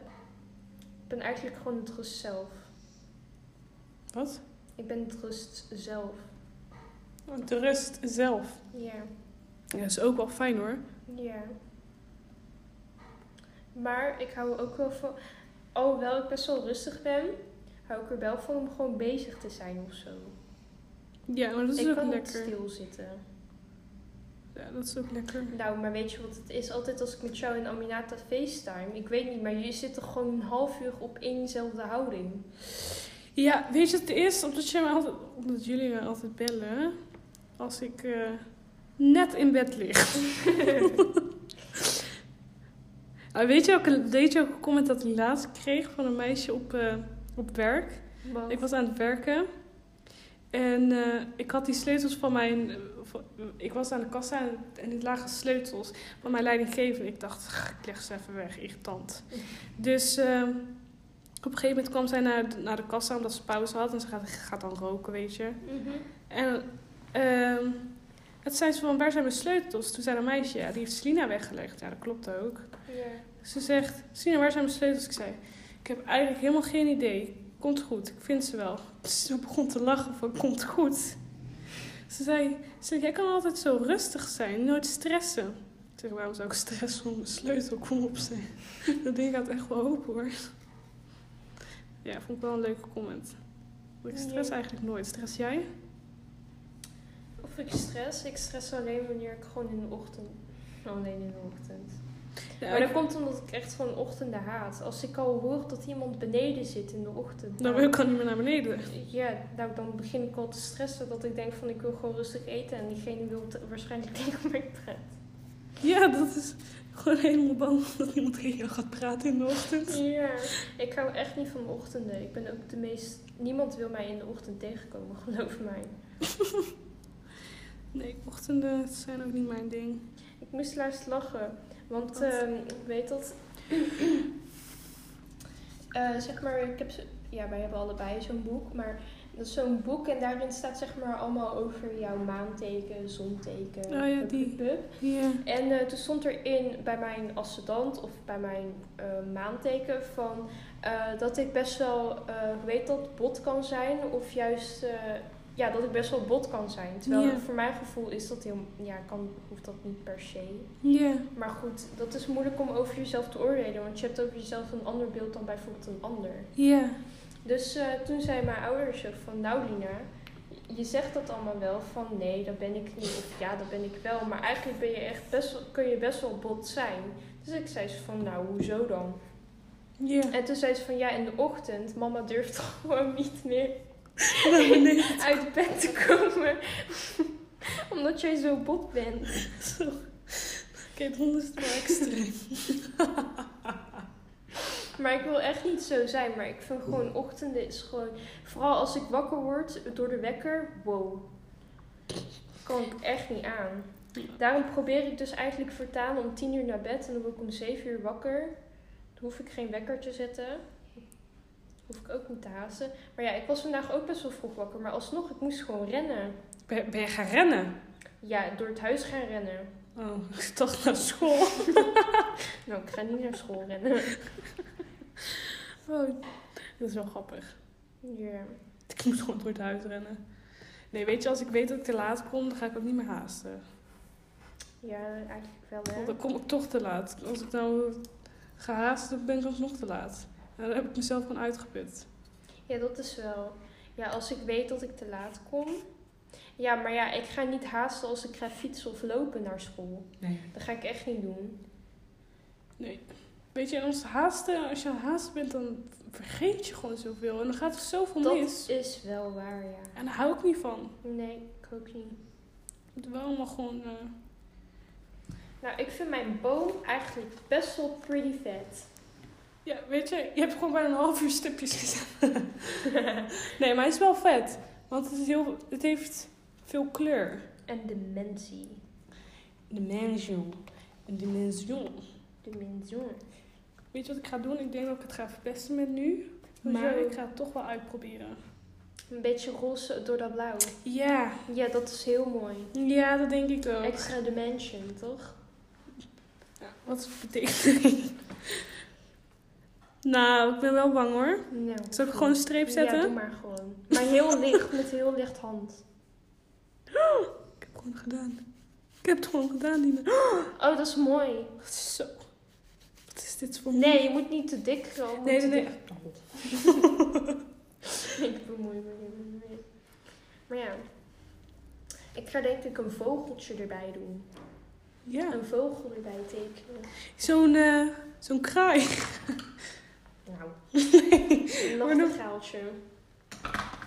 B: Ik ben eigenlijk gewoon het rust zelf.
A: Wat?
B: Ik ben het rust zelf.
A: Want De rust zelf.
B: Ja.
A: Ja, dat is ook wel fijn hoor.
B: Ja. Maar ik hou er ook wel van. Alhoewel ik best wel rustig ben, hou ik er wel van om gewoon bezig te zijn of zo.
A: Ja, maar dat is
B: ik
A: ook
B: kan niet
A: lekker.
B: stilzitten.
A: Ja, dat is ook lekker.
B: Nou, maar weet je wat het is? Altijd als ik met jou en Aminata facetime, ik weet niet, maar jullie zitten gewoon een half uur op éénzelfde houding.
A: Ja, weet je wat het is? Omdat, jij me altijd, omdat jullie me altijd bellen als ik eh, net in bed lig. Ah, weet, je welke, weet je welke comment dat ik laatst kreeg van een meisje op, eh, op werk?
B: Want-
A: Ik was aan het werken. En eh, ik had die sleutels van mijn... eh, van- ik was aan de kassa en, en het lagen sleutels van mijn leidinggever. Ik dacht, "Gh, ik leg ze even weg. Irritant. Dus eh, op een gegeven moment kwam zij naar, de- naar de kassa omdat ze pauze had. En ze gaat, gaat dan roken, weet je.
B: Mhm.
A: En ehm het zei ze van, waar zijn mijn sleutels? Toen zei een meisje, ja, die heeft Selina weggelegd. Ja, dat klopt ook.
B: Ja.
A: Ze zegt, Sina, waar zijn mijn sleutels? Ik zei, ik heb eigenlijk helemaal geen idee. Komt goed, ik vind ze wel. Ze begon te lachen van, komt goed. Ze zei, ze zei, jij kan altijd zo rustig zijn, nooit stressen. Ik zeg, waarom zou ik stressen om mijn sleutel? Kom op, zeg. Dat ding gaat echt wel open, hoor. Ja, vond ik wel een leuke comment. Want Ik stress
B: Ja.
A: eigenlijk nooit. Stress jij?
B: Of ik stress. Ik stress alleen wanneer ik gewoon in de ochtend. Alleen in de ochtend. maar dat komt omdat ik echt gewoon ochtenden haat. Als ik al hoor dat iemand beneden zit in de ochtend.
A: Dan wil Nou, ik al niet meer naar beneden.
B: Ja, nou, dan begin ik al te stressen dat ik denk van ik wil gewoon rustig eten en diegene wil te- waarschijnlijk tegen mij praten.
A: Ja, dat is gewoon helemaal bang dat iemand tegen jou gaat praten in de ochtend.
B: Ja, ik hou echt niet van de ochtenden. Ik ben ook de meest... Niemand wil mij in de ochtend tegenkomen, geloof mij.
A: Nee, ochtenden zijn ook niet mijn ding.
B: Ik moest laatst lachen, want
A: Wat?
B: ehm, ik weet dat. Eh, zeg maar, ik heb. zo- Ja, wij hebben allebei zo'n boek, maar dat is zo'n boek en daarin staat zeg maar allemaal over jouw maanteken, zonteken.
A: Oh ja,
B: hup,
A: die.
B: hup, hup.
A: Ja.
B: En eh, toen stond erin bij mijn ascendant of bij mijn eh, maanteken van eh, dat ik best wel, eh, hoe weet dat, bot kan zijn of juist, eh, ja, dat ik best wel bot kan zijn. Terwijl
A: Ja.
B: voor mijn gevoel is dat heel, ja, kan, hoeft dat niet per se.
A: Ja.
B: Maar goed, dat is moeilijk om over jezelf te oordelen, want je hebt over jezelf een ander beeld dan bijvoorbeeld een ander.
A: Ja.
B: Dus eh, toen zei mijn ouders ook van, nou Lina, je zegt dat allemaal wel van nee, dat ben ik niet. Of ja, dat ben ik wel. Maar eigenlijk ben je echt best wel, kun je best wel bot zijn. Dus ik zei ze van, nou hoezo dan?
A: Ja.
B: En toen zei ze van, ja in de ochtend, mama durft gewoon niet meer
A: Nee.
B: uit bed te komen. Omdat jij zo bot bent.
A: Zo. Oké, het honderdste wel extreem.
B: Maar ik wil echt niet zo zijn. Maar ik vind gewoon ochtenden is gewoon... Vooral als ik wakker word door de wekker. Wow. Kan ik echt niet aan. Daarom probeer ik dus eigenlijk voortaan om 10 uur naar bed. En dan word ik om 7 uur wakker. Dan hoef ik geen wekker te zetten. Hoef ik ook niet te haasten. Maar ja, ik was vandaag ook best wel vroeg wakker. Maar alsnog, ik moest gewoon rennen.
A: Ben, ben je gaan rennen?
B: Ja, door het huis gaan rennen.
A: Oh, ik dacht naar school.
B: Nou, ik ga niet naar school rennen.
A: Oh, dat is wel grappig.
B: Ja.
A: Ik moet gewoon door het huis rennen. Nee, weet je, als ik weet dat ik te laat kom, dan ga ik ook niet meer haasten.
B: Ja, eigenlijk wel hè.
A: Want dan kom ik toch te laat. Als ik nou ga haasten, dan ben ik alsnog te laat. En dan heb ik mezelf gewoon uitgeput.
B: Ja, dat is wel. Ja, als ik weet dat ik te laat kom. Ja, maar ja, ik ga niet haasten als ik ga fietsen of lopen naar school.
A: Nee.
B: Dat ga ik echt niet doen.
A: Weet je, en als haasten, als je aan het haasten bent, dan vergeet je gewoon zoveel. En dan gaat er zoveel
B: dat
A: mis.
B: is wel waar, ja.
A: En daar hou ik niet van.
B: Nee, ik ook niet.
A: Het wel allemaal gewoon. eh,
B: Nou, ik vind mijn boom eigenlijk best wel pretty vet.
A: Ja, weet je, je hebt gewoon bijna een half uur stukjes gezet. nee, maar hij is wel vet. Want het, is heel, het heeft veel kleur.
B: En dementie.
A: Dimension. Een dimension.
B: Dementie.
A: Weet je wat ik ga doen? Ik denk dat ik het ga verpesten met nu.
B: Hoezo?
A: Maar ik ga het toch wel uitproberen.
B: Een beetje roze door dat blauw.
A: Ja,
B: Ja, dat is heel mooi.
A: ja dat denk ik ook.
B: Extra dimension, toch?
A: Ja, wat betekent Nou, ik ben wel bang hoor.
B: Nou,
A: Zal ik gewoon een streep zetten?
B: Ja, doe maar gewoon. Maar heel licht, met heel licht hand.
A: Ik heb het gewoon gedaan. Ik heb het gewoon gedaan, Nina.
B: Oh, dat is mooi.
A: Zo. Wat is dit voor
B: Nee, je moet niet te dik gaan.
A: Nee, nee, nee.
B: Ik bemoei me niet meer mee. Maar ja. Ik ga denk ik een vogeltje erbij doen.
A: Ja,
B: een vogel erbij tekenen.
A: zo'n eh, zo'n kraai.
B: Nou,
A: nee.
B: een
A: maar nog-
B: nachtegaaltje.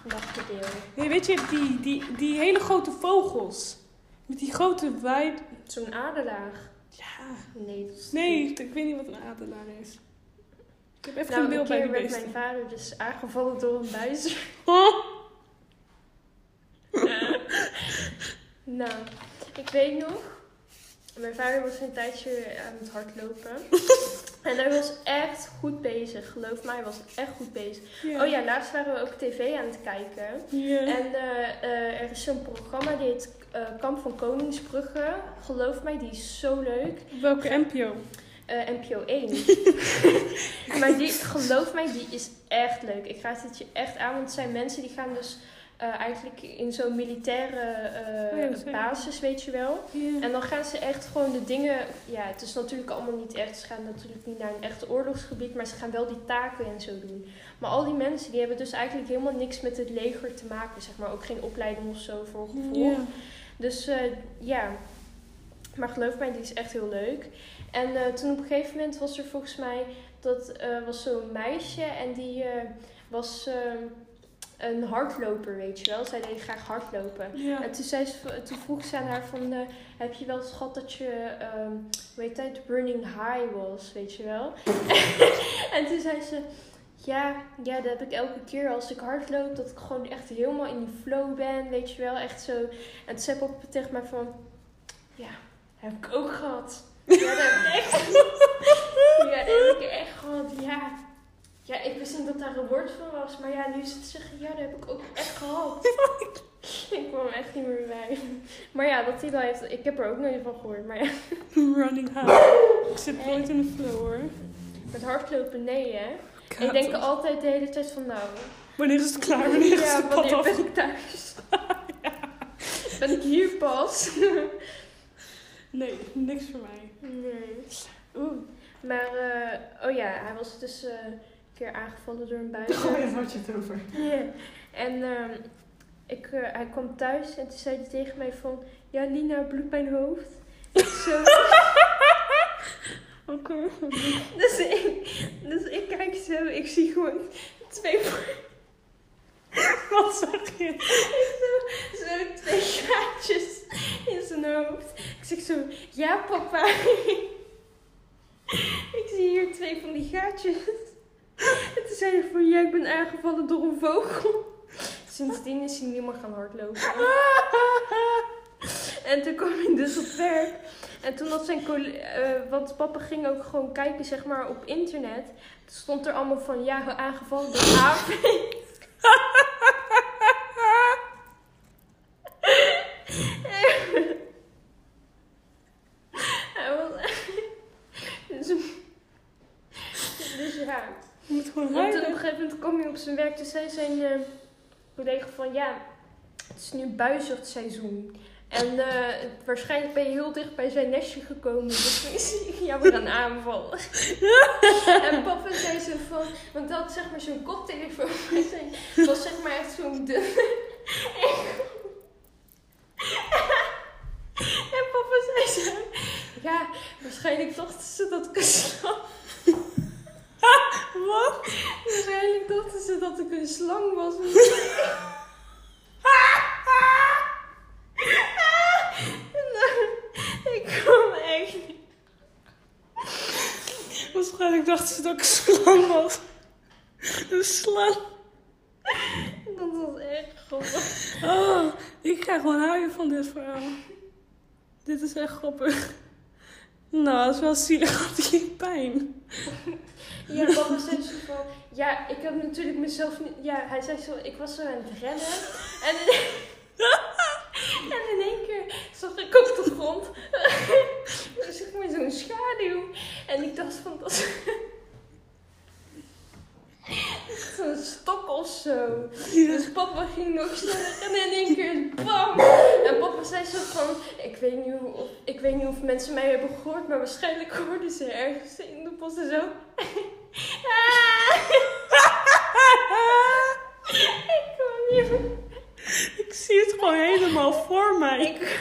B: Nachtgedeel.
A: nee, weet je, die, die, die hele grote vogels. Met die grote wijd...
B: Zo'n adelaar.
A: Ja.
B: Nee, dat is
A: Nee, ik weet niet wat een adelaar is. Ik heb even
B: Nou,
A: geen
B: een
A: beeld bij
B: keer
A: die
B: werd
A: beesten.
B: mijn vader dus aangevallen door een buis.
A: Oh,
B: nou, ik weet nog. Mijn vader was een tijdje aan het hardlopen. en hij was echt goed bezig. Geloof mij, hij was echt goed bezig.
A: ja.
B: Oh ja, laatst waren we ook tv aan het kijken.
A: Ja.
B: En eh, eh, er is zo'n programma, die heet eh, Kamp van Koningsbrugge. Geloof mij, die is zo leuk.
A: Op welke NPO?
B: Eh, NPO 1. maar die, geloof mij, die is echt leuk. Ik raad het je echt aan, want het zijn mensen die gaan dus eh, eigenlijk in zo'n militaire eh,
A: Oh ja, dat zei je.
B: basis, weet je wel.
A: Ja.
B: En dan gaan ze echt gewoon de dingen... Ja, het is natuurlijk allemaal niet echt. Ze gaan natuurlijk niet naar een echt oorlogsgebied, maar ze gaan wel die taken en zo doen. Maar al die mensen, die hebben dus eigenlijk helemaal niks met het leger te maken, zeg maar. Ook geen opleiding of zo voor gevoel.
A: Ja.
B: Dus eh, ja, maar geloof mij, die is echt heel leuk. En eh, toen op een gegeven moment was er volgens mij, dat eh, was zo'n meisje en die eh, was eh, een hardloper, weet je wel. Zij deed graag hardlopen.
A: Ja.
B: En toen, zei ze, toen vroeg ze aan haar van, eh, heb je wel eens gehad dat je, ehm hoe heet dat, running high was, weet je wel? en toen zei ze, ja, ja, dat heb ik elke keer als ik hardloop, dat ik gewoon echt helemaal in die flow ben, weet je wel, echt zo. En toen zei papa tegen mij van, ja, heb ik ook gehad. Ja, dat heb ik echt Ja, dat heb ik echt gehad, ja. Ja, ik wist niet dat daar een woord van was, maar ja, nu zit ze zeggen, ja, dat heb ik ook echt gehad. Ik kwam echt niet meer bij. Maar ja, dat hij dat heeft, ik heb er ook nooit van gehoord. Maar ja,
A: Running high. Ik
B: Eh.
A: zit nooit in de flow hoor.
B: met hardlopen, nee hè. Ik denk altijd de hele tijd van nou.
A: Wanneer is het klaar? Wanneer is
B: ja,
A: het pad
B: wanneer
A: af?
B: ben ik thuis? Ben ik hier pas?
A: Nee, niks voor mij.
B: nee.
A: Oeh.
B: Maar, eh, oh ja, hij was dus eh, een keer aangevallen door een buis.
C: had je het over.
B: Ja. En ehm, ik, eh, hij kwam thuis en toen zei hij tegen mij van... Ja, Lina, bloed mijn hoofd. Ik Zo.
A: Oké.
B: Dus ik, dus ik kijk zo, ik zie gewoon twee...
A: Wat zeg je?
B: zo, zo twee gaatjes in zijn hoofd. Ik zeg zo, ja papa. ik zie hier twee van die gaatjes. En toen zei hij van, ja ik ben aangevallen door een vogel. Sindsdien is hij niet meer gaan hardlopen. En toen kwam hij dus op werk. En toen had zijn collega... want papa ging ook gewoon kijken, zeg maar, op internet. Toen stond er allemaal van, ja, aangevallen door apen. Hij was... dus, dus ja.
A: Je moet gewoon
B: En toen op een
A: rijden.
B: gegeven moment kwam hij op zijn werk. Toen zei zijn eh, collega van... Ja, het is nu buizerdseizoen. En eh, waarschijnlijk ben je heel dicht bij zijn nestje gekomen. Dus toen is hij jou weer aan aanvallen. en papa zei zo van... Want dat zeg maar zo'n koptelefoon. was. Het was zeg maar echt zo'n dunne. en papa zei zo... Ja, waarschijnlijk dachten ze dat ik een slang...
A: Wat?
B: Waarschijnlijk dachten ze dat ik een slang was. ik kon echt niet.
A: Waarschijnlijk dachten ze dat ik een slang was. Een slang.
B: Dat was echt grappig.
A: Oh, ik krijg gewoon huilen van dit verhaal. Dit is echt grappig. Nou, dat is wel zielig. Had je pijn?
B: Ja, papa zei zo van... Ja, ik heb natuurlijk mezelf niet... Ja, hij zei zo... Ik was zo aan het rennen. En in, en in één keer zag ik op de grond... zag ik me zo'n schaduw. En ik dacht van... Dat is zo'n stok of zo.
A: Ja.
B: Dus papa ging nog sneller en in één keer bam! En papa zei zo van, ik weet, niet hoe, of, ik weet niet of mensen mij hebben gehoord, maar waarschijnlijk hoorden ze ergens in de bossen zo. ik kon niet meer.
A: Ik zie het gewoon helemaal voor mij.
B: Ik,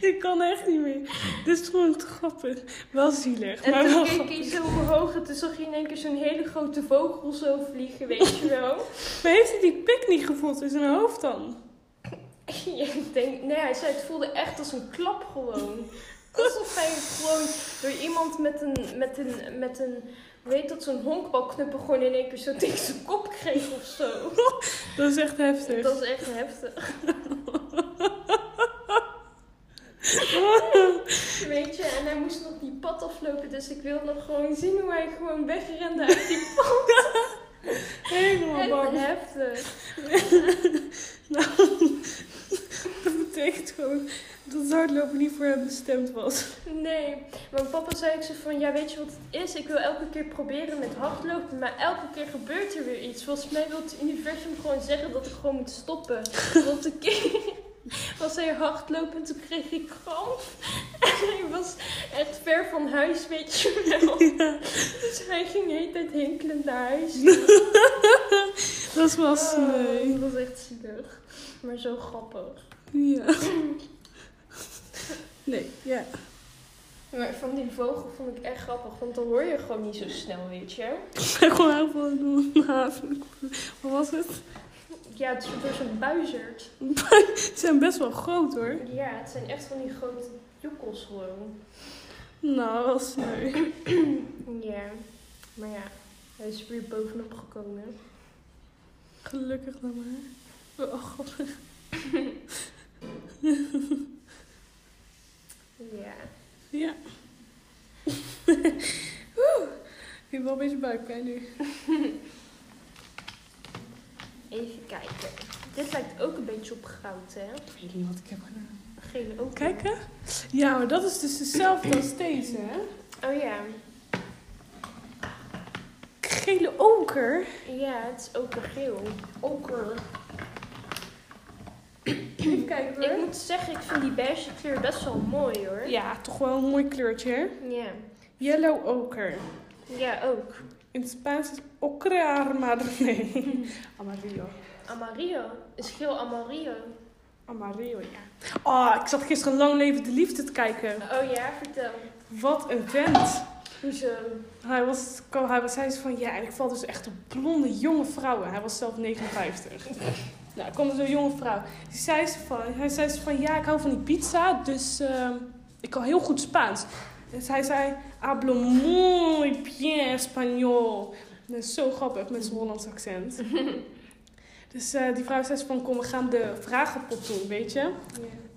A: ik kan echt niet meer. Dit is gewoon te grappig. Wel zielig,
B: En
A: maar wel
B: toen keek je
A: grappig.
B: zo omhoog en toen zag je in één keer zo'n hele grote vogel zo vliegen, weet je wel.
A: Maar heeft hij die pik niet gevoeld in zijn hoofd dan?
B: Je denkt, nee, hij zei, het voelde echt als een klap gewoon. Alsof hij gewoon door iemand met een, met een, met een hoe heet dat, zo'n honkbalknuppel gewoon in één keer zo tegen zijn kop kreeg of zo. Dus
A: Dat is echt heftig.
B: Dat is echt heftig. Weet je, en hij moest nog die pad aflopen, dus ik wilde nog gewoon zien hoe hij gewoon wegrende uit die
A: Helemaal
B: pad.
A: bang.
B: Heftig.
A: Dat betekent gewoon dat het hardlopen niet voor hem bestemd was.
B: Nee, want papa zei ik zo van, ja weet je wat het is? Ik wil elke keer proberen met hardlopen, maar elke keer gebeurt er weer iets. Volgens mij wil het universum gewoon zeggen dat ik gewoon moet stoppen. Want de keer was hij hardlopen en toen kreeg ik kramp. En hij was echt ver van huis, weet je wel. Dus hij ging de hele tijd hinkelend naar huis.
A: Dat was
B: Oh,
A: nee.
B: Dat was echt zielig, maar zo grappig.
A: Ja. Nee, ja.
B: Maar van die vogel vond ik echt grappig, want dan hoor je gewoon niet zo snel, weet je.
A: Ik ben gewoon heel veel aan het doen. Ja, Wat was het?
B: Ja, het is door zo'n buizerd.
A: Ze zijn best wel groot hoor.
B: Ja, het zijn echt van die grote jokkels gewoon.
A: Nou, wel sneu.
B: Ja, maar ja, hij is weer bovenop gekomen.
A: Gelukkig dan maar. Oh, god.
B: Ja.
A: Ja. Oeh, Ik heb wel een beetje buikpijn nu.
B: Even kijken. Dit lijkt ook een beetje op goud, hè?
A: Weet niet wat ik heb gedaan.
B: Gele ook.
A: Kijken? Ja, maar dat is dus hetzelfde als deze, hè?
B: Oh ja.
A: Gele oker.
B: Ja, het is ook een geel. Oker.
A: Even kijken
B: Ik
A: hoor.
B: moet zeggen, ik vind die beige kleur best wel mooi, hoor.
A: Ja, toch wel een mooi kleurtje, hè?
B: Ja,
A: Yellow oker.
B: Ja, ook.
A: In het Spaans is ocre armadre. Amarillo.
B: Amarillo. Is geel amarillo.
A: Amarillo, ja. Oh, ik zat gisteren Lang Leven de Liefde te kijken.
B: Oh ja, vertel.
A: Wat een vent.
B: Hoezo?
A: Hij was, hij was, hij is van, ja, en ik val dus echt op blonde jonge vrouwen. Hij was zelf 59. nou, er kwam dus een jonge vrouw. Die zei ze van, hij zei ze van, ja, ik hou van die pizza, dus ehm, ik kan heel goed Spaans. Dus hij zei, hablo muy bien español. Dat is zo grappig met zijn Hollands accent. dus eh, die vrouw zei ze van, kom, we gaan de vragenpot doen, weet je.
B: Ja.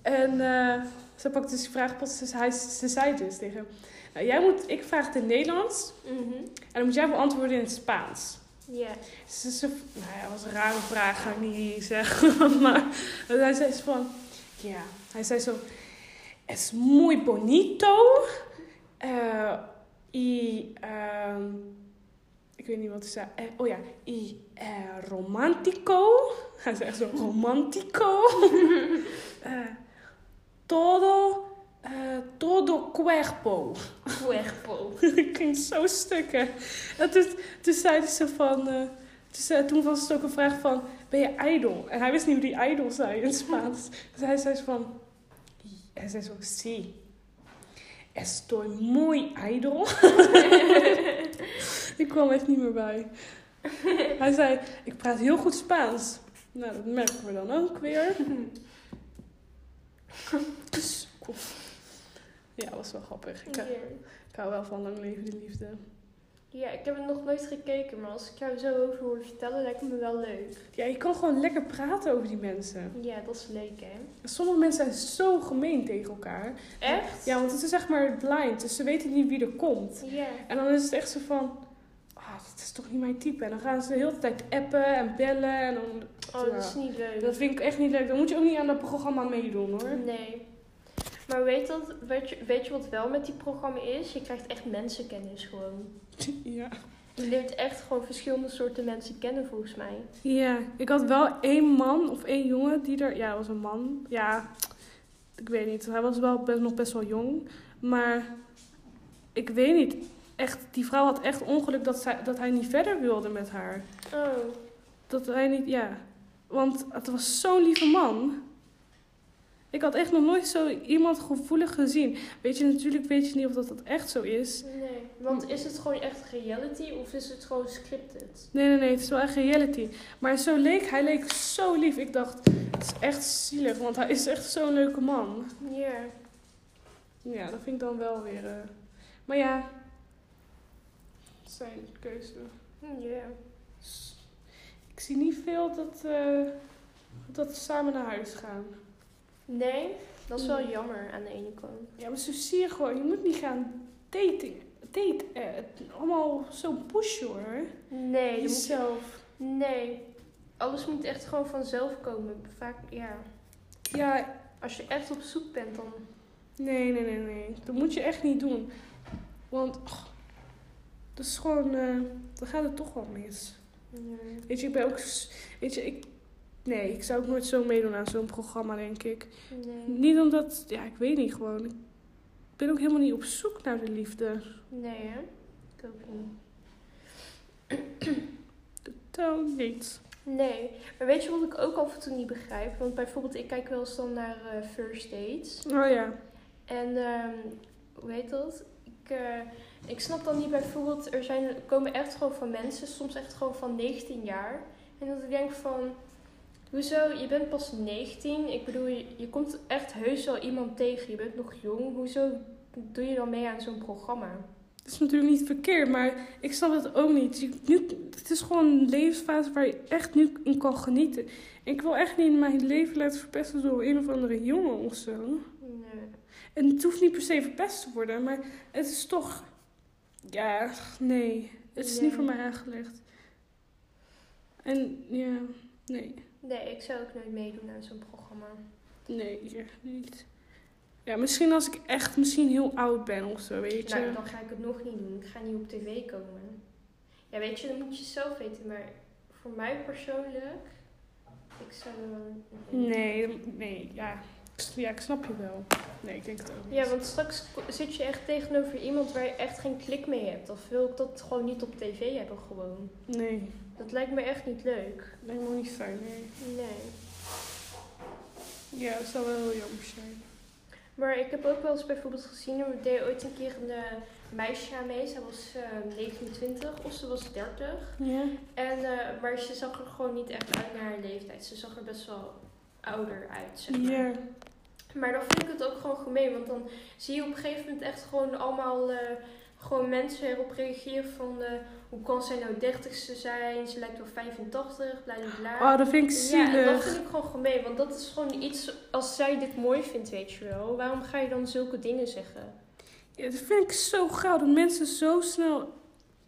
A: En eh, ze pakte dus die vragenpot, dus hij, ze zei dus tegen hem, nou, jij moet, ik vraag het in Nederlands.
B: Mhm.
A: En dan moet jij beantwoorden in het Spaans.
B: Ja.
A: Ze, ze, nou ja, dat was een rare vraag, ga ik niet zeggen. Maar hij zei zo van... Ja, hij zei zo... Es muy bonito. eh y... ehm, ik weet niet wat hij zei. Eh, oh ja. Y eh, romantico. Hij zei echt zo... Romantico. Eh, todo... eh, todo cuerpo.
B: Cuerpo.
A: Ik ging zo stukken. En toen, toen zeiden ze van... eh, toen, zei- toen was het ook een vraag van... Ben je ijdel? En hij wist niet hoe die ijdel zei in het Spaans. Dus hij zei zo van... Hij zei zo... Sí. Estoy muy ijdel. ik kwam echt niet meer bij. Hij zei... Ik praat heel goed Spaans. Nou, dat merken we dan ook weer. Dus... Ja, was wel grappig. Ik, eh,
B: Ja.
A: ik hou wel van lang leven de liefde.
B: Ja, ik heb het nog nooit gekeken, maar als ik jou zo over hoor vertellen, lijkt het me wel leuk.
A: Ja, je kan gewoon lekker praten over die mensen.
B: Ja, dat is leuk, hè?
A: Sommige mensen zijn zo gemeen tegen elkaar.
B: Echt?
A: Ja, want het is zeg maar blind, dus ze weten niet wie er komt.
B: Ja.
A: En dan is het echt zo van, ah, dat is toch niet mijn type. En dan gaan ze de hele tijd appen en bellen. En dan,
B: Oh, dat is niet
A: dat
B: leuk.
A: vind ik echt niet leuk. Dan moet je ook niet aan dat programma meedoen hoor.
B: Nee. Maar weet, dat, weet, je, weet je wat wel met die programma is? Je krijgt echt mensenkennis gewoon.
A: Ja.
B: Je leert echt gewoon verschillende soorten mensen kennen, volgens mij.
A: ja, ik had wel één man of één jongen die er... Ja, dat was een man. Ja, ik weet niet. Hij was wel best, nog best wel jong. Maar ik weet niet. Echt, die vrouw had echt ongeluk dat, zij, dat hij niet verder wilde met haar.
B: Oh.
A: Dat hij niet, ja. Want het was zo'n lieve man. Ik Ik had echt nog nooit zo iemand gevoelig gezien. Weet je, natuurlijk weet je niet of dat, dat echt zo is.
B: Nee, want is het gewoon echt reality of is het gewoon scripted?
A: Nee, nee, nee, het is wel echt reality. Maar zo leek, hij leek zo lief. Ik dacht, het is echt zielig, want hij is echt zo'n leuke man.
B: Ja.
A: Ja, dat vind ik dan wel weer. eh, Maar ja, zijn keuze.
B: Ja.
A: Ik zie niet veel dat, eh, dat ze samen naar huis gaan.
B: Nee, dat is wel
A: Mm.
B: jammer aan de ene kant.
A: Ja, maar zo zie je gewoon, je moet niet gaan dating. Date, eh, het- allemaal zo pushen hoor.
B: Nee, dat moet-
A: Jezelf.
B: nee. Alles moet echt gewoon vanzelf komen. Vaak, ja.
A: Ja,
B: Als je echt op zoek bent, dan.
A: nee, nee, nee, nee. Dat moet je echt niet doen. Want, och, dat is gewoon, eh, dan gaat het toch wel mis. Weet je, ik ben ook. s- Weet je, ik. Nee, ik zou ook nooit zo meedoen aan zo'n programma, denk ik.
B: Nee.
A: Niet omdat. Ja, ik weet niet gewoon. Ik ben ook helemaal niet op zoek naar de liefde.
B: Nee, hè? Ik ook niet.
A: Totaal niet.
B: Nee, maar weet je wat ik ook af en toe niet begrijp? Want bijvoorbeeld, ik kijk wel eens dan naar eh, first dates.
A: Oh ja.
B: En ehm, hoe heet dat? Ik, eh, ik snap dan niet bijvoorbeeld, er zijn, er komen echt gewoon van mensen, soms echt gewoon van 19 jaar. En dat ik denk van, hoezo, je bent pas 19. Ik bedoel, je, je komt echt heus wel iemand tegen. Je bent nog jong. Hoezo doe je dan mee aan zo'n programma?
A: Het is natuurlijk niet verkeerd, maar ik snap het ook niet. Je- nu, het is gewoon een levensfase waar je echt nu in kan genieten. En ik wil echt niet mijn leven laten verpesten door een of andere jongen of zo.
B: Nee.
A: En het hoeft niet per se verpest te worden, maar het is toch. Ja, nee. Het is
B: Ja.
A: niet voor mij aangelegd. En ja, nee.
B: Nee, ik zou ook nooit meedoen aan zo'n programma.
A: Nee, echt niet. Ja, misschien als ik echt misschien heel oud ben of zo, weet je.
B: Nou, dan ga ik het nog niet doen. Ik ga niet op tv komen. Ja, weet je, dat moet je zelf weten. Maar voor mij persoonlijk, ik zou er wel...
A: Nee, nee, ja. Ik s- Ja, ik snap je wel. Nee, ik denk het ook niet.
B: Ja, want straks ko- zit je echt tegenover iemand waar je echt geen klik mee hebt. Of wil ik dat gewoon niet op tv hebben gewoon.
A: Nee,
B: Dat lijkt me echt niet leuk.
A: dat moet niet fijn, nee.
B: Nee.
A: Ja, dat zou wel heel jammer zijn.
B: Maar ik heb ook wel eens bijvoorbeeld gezien, er deed ooit een keer een eh, meisje aan mee. Zij was eh, 29 of ze was 30.
A: Ja?
B: En, eh, maar ze zag er gewoon niet echt uit naar haar leeftijd. Ze zag er best wel ouder uit, zeg maar.
A: Ja.
B: Maar dan vind ik het ook gewoon gemeen. Want dan zie je op een gegeven moment echt gewoon allemaal eh, gewoon mensen erop reageren van... eh, hoe kan zij nou 30ste zijn? Ze lijkt wel 85, bla bla bla.
A: Oh, dat vind ik
B: ja, en dat
A: zielig.
B: vind ik gewoon gemeen. Want dat is gewoon iets... Als zij dit mooi vindt, weet je wel. Waarom ga je dan zulke dingen zeggen?
A: Ja, dat vind ik zo gauw dat mensen zo snel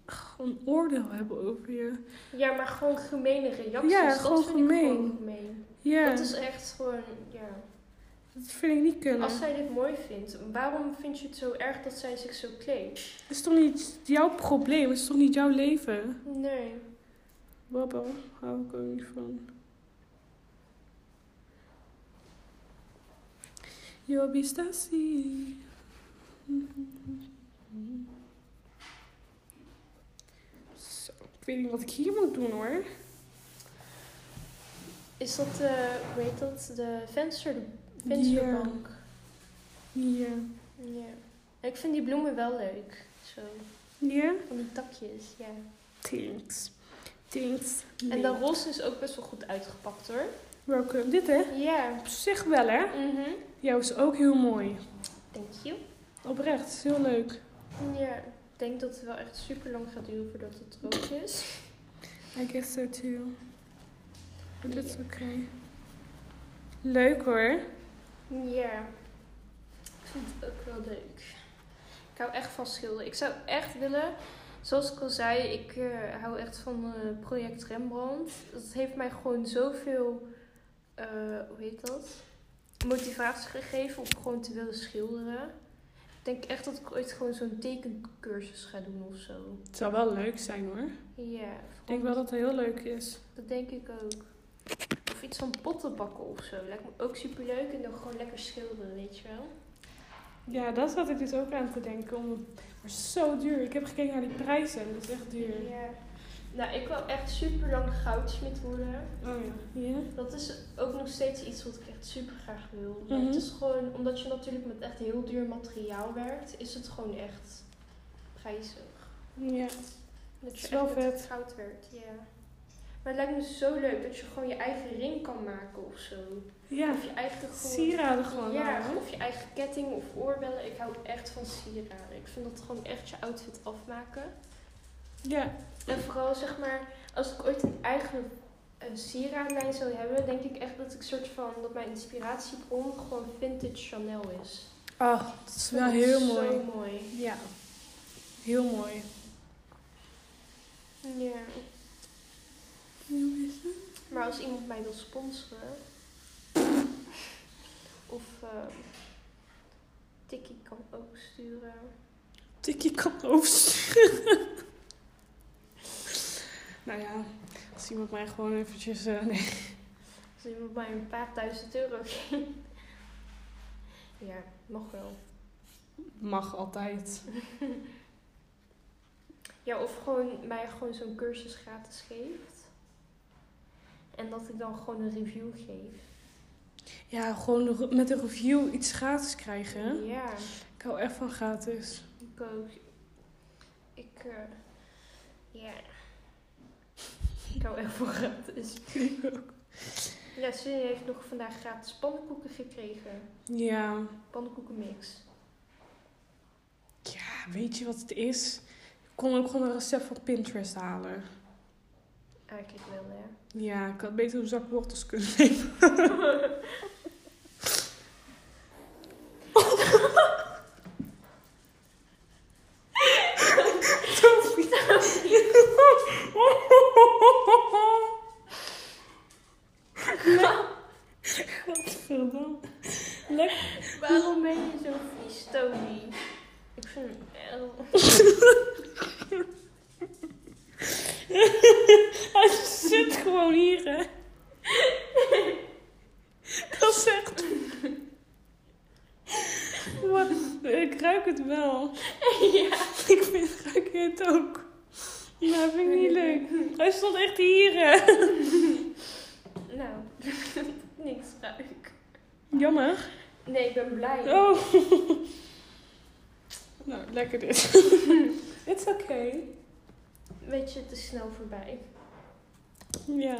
A: ach, een oordeel hebben over je.
B: Ja, maar gewoon gemene reacties.
A: Ja,
B: dat
A: gewoon
B: vind ik gewoon
A: gemeen.
B: gemeen.
A: Ja,
B: Dat is echt gewoon... Ja.
A: dat vind ik niet kunnen.
B: Als zij dit mooi vindt, waarom vind je het zo erg dat zij zich zo kleedt?
A: Het is toch niet jouw probleem? Het is toch niet jouw leven?
B: Nee.
A: Babbel, hou ik ook niet van. Yo bist así. Zo, ik weet niet wat ik hier moet doen hoor.
B: Is dat, eh hoe heet dat, de venster, vensterbank?
A: Ja.
B: Ja. Ik vind die bloemen wel leuk. Zo,
A: Ja?
B: van die takjes, ja.
A: Thanks. Thanks.
B: En dat roze is ook best wel goed uitgepakt hoor.
A: Welkom. Dit hè?
B: Ja.
A: Op zich wel hè?
B: Mhm.
A: Jouw is ook heel mooi.
B: Thank you.
A: Oprecht, is heel leuk.
B: Ja, ik denk dat het wel echt super lang gaat duren voordat het rood is.
A: I guess so too. But it's okay. Leuk hoor.
B: Ja. Ik vind het ook wel leuk. Ik hou echt van schilderen. Ik zou echt willen, zoals ik al zei, ik eh, hou echt van eh, project Rembrandt. Dat heeft mij gewoon zoveel, eh, hoe heet dat? Motivatie gegeven om gewoon te willen schilderen. Ik denk echt dat ik ooit gewoon zo'n tekencursus ga doen of zo.
A: Het zou wel leuk zijn hoor.
B: Ja,
A: Ik denk wel dat het heel leuk is.
B: dat denk ik ook. Of iets van potten bakken of zo. Lijkt me ook super leuk en dan gewoon lekker schilderen, weet je wel.
A: Ja, dat zat ik dus ook aan te denken. Om... Maar zo duur. Ik heb gekeken naar die prijzen. Dat is echt duur.
B: Ja. Nou, ik wil echt super lang goudsmit worden.
C: Oh ja.
A: Ja.
B: Dat is ook nog steeds iets wat ik echt super graag wil. Maar
A: Mhm.
B: het is gewoon, omdat je natuurlijk met echt heel duur materiaal werkt, is het gewoon echt prijzig.
A: Ja.
B: Dat
A: Is
B: je
A: wel
B: echt met
A: vet.
B: goud werkt, ja. Maar het lijkt me zo leuk dat je gewoon je eigen ring kan maken of zo.
A: Ja.
B: Of je eigen gewoon.
A: Sieraden gewoon.
B: ja,
A: maken.
B: of je eigen ketting of oorbellen. Ik hou echt van sieraden. Ik vind dat gewoon echt je outfit afmaken.
A: ja.
B: En vooral zeg maar, als ik ooit een eigen eh, sieraadlijn zou hebben, denk ik echt dat ik soort van dat mijn inspiratiebron gewoon vintage Chanel is.
A: Oh, dat is wel
B: Dat
A: heel
B: is
A: mooi.
B: Zo mooi.
A: Ja. Heel mooi.
B: Ja. Maar als iemand mij wil sponsoren of eh Tikkie kan ook sturen.
A: Tikkie kan oversturen. nou ja, als iemand mij gewoon eventjes... eh, nee.
B: Als iemand mij een paar duizend euro geeft. Ja, mag wel.
A: Mag altijd.
B: Ja, of gewoon mij gewoon zo'n cursus gratis geeft. En dat ik dan gewoon een review geef.
A: Ja, gewoon de re- met een review iets gratis krijgen.
B: Ja,
A: Ik hou echt van gratis.
B: ik ook. Ik, eh, ja. Ik hou echt van gratis. Ja, Cindy heeft nog vandaag gratis pannenkoeken gekregen.
A: Ja.
B: Pannenkoekenmix.
A: ja, weet je wat het is? Ik kon ook gewoon een recept van Pinterest halen.
B: Eigenlijk wel, hè.
A: Ja, ik had beter een zak wortels kunnen nemen. Godverdamme.
B: Waarom ben je zo vies, Tony? Ik vind hem wel.
A: Hij zit gewoon hier, hè. Dat is echt... Wat? Ik ruik het wel.
B: ja.
A: Ik vind, ruik je het ook. Nou, vind ik niet leuk. Hij stond echt hier, hè.
B: Nou, niks ruik.
A: Jammer.
B: Nee, ik ben blij.
A: Oh. Nou, lekker dit. It's okay.
B: Weet je, het is snel voorbij.
A: Ja.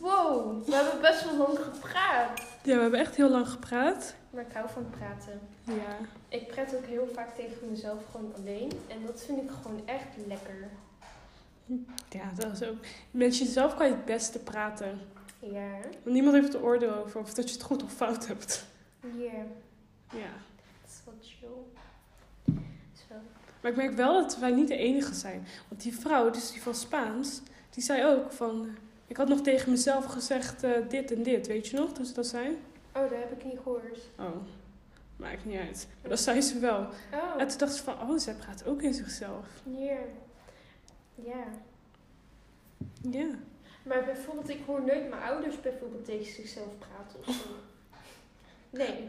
B: Wow, we hebben best wel lang gepraat.
A: Ja, we hebben echt heel lang gepraat.
B: Maar ik hou van praten.
A: Ja.
B: Ik praat ook heel vaak tegen mezelf gewoon alleen. En dat vind ik gewoon echt lekker.
A: Ja, dat is ook... Met jezelf kan je het beste praten.
B: Ja.
A: Want niemand heeft er oordeel over of dat je het goed of fout hebt.
B: Ja,
A: Ja.
B: dat is wel chill. Zo.
A: Maar ik merk wel dat wij niet de enige zijn. Want die vrouw, dus die van Spaans, die zei ook van... Ik had nog tegen mezelf gezegd eh, dit en dit, weet je nog? Toen ze dat zei.
B: Oh, dat heb ik niet gehoord.
A: Oh, maakt niet uit. Maar dat zei ze wel.
B: Oh,
A: En toen dacht ze van, oh, zij praat ook in zichzelf.
B: ja. Ja.
A: Ja.
B: Maar bijvoorbeeld, ik hoor nooit mijn ouders bijvoorbeeld tegen zichzelf praten of zo. Nee.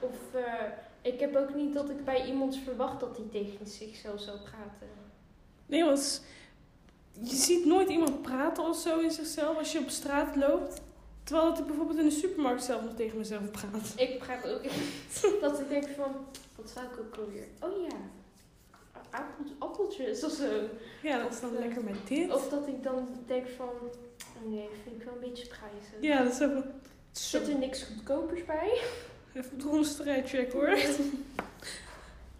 B: Of eh, ik heb ook niet dat ik bij iemand verwacht dat hij tegen zichzelf zou praten.
A: Nee, want je ziet nooit iemand praten of zo in zichzelf als je op straat loopt. Terwijl dat ik bijvoorbeeld in de supermarkt zelf nog tegen mezelf praat.
B: Ik praat ook dat ik denk van, wat zou ik ook alweer? Oh ja, appeltjes, appeltjes of zo.
A: Ja, dat is dan
B: Of, eh,
A: lekker met dit.
B: Of dat ik dan denk van, oh nee, vind ik wel een beetje prijzig.
A: Ja, dat is ook... Zo,
B: Zit er niks goedkopers bij?
A: even de ronstrijd check hoor.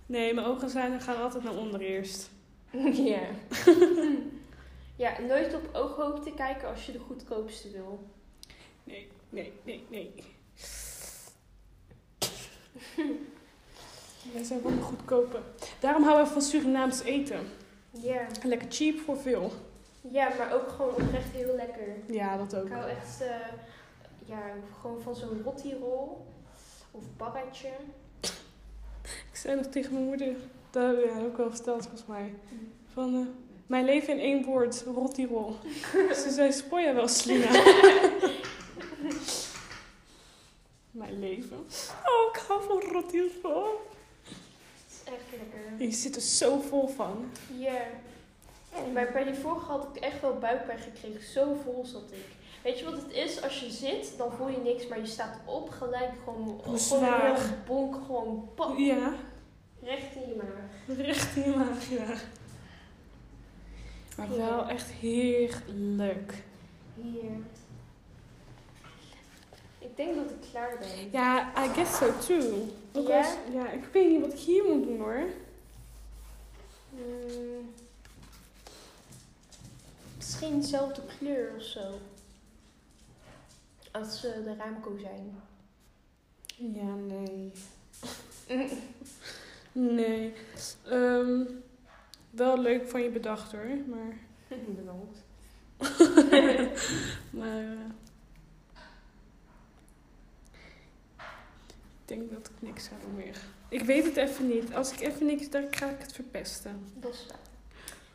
A: Nee, mijn ogen zijn er gaan altijd naar onder eerst.
B: Ja. ja, nooit op ooghoogte kijken als je de goedkoopste wil.
A: Nee, nee, nee, nee. Wij zijn wel de goedkope. Daarom houden we van Surinaams eten.
B: Ja.
A: Lekker cheap voor veel.
B: Ja, maar ook gewoon oprecht heel lekker.
A: Ja, dat ook.
B: Ik hou echt eh, ja, gewoon van zo'n rottirol of barretje.
A: Ik zei nog tegen mijn moeder, dat heb ik haar ook wel verteld volgens mij, van eh, mijn leven in één woord, rotirol. Ze zei, spoor jij wel Slina? mijn leven. Oh, ik hou van rotirol.
B: Het is echt lekker.
A: Je zit er zo vol van.
B: Ja. Maar bij die vorige had ik echt wel buikpijn gekregen. Zo vol zat ik. Weet je wat het is? Als je zit, dan voel je niks, maar je staat op gelijk gewoon,
A: Hoe
B: gewoon een
A: zwaar.
B: heel bonk, gewoon pap,
A: Ja,
B: recht in je maag.
A: recht in je maag, ja. Maar wel echt heerlijk.
B: Hier. Ik denk dat ik klaar ben.
A: Ja, I guess so too. Ook
B: Ja?
A: als- ja, ik weet niet wat ik hier moet doen hoor.
B: Mm. Misschien dezelfde kleur of zo. Als eh, de raamkozijn.
A: Ja, nee. Nee. Ehm, wel leuk van je bedacht hoor, maar.
B: Bedankt.
A: maar eh, ik denk dat ik niks heb meer. Ik weet het even niet. Als ik even niks, dan ga ik het verpesten.
B: Dat is waar.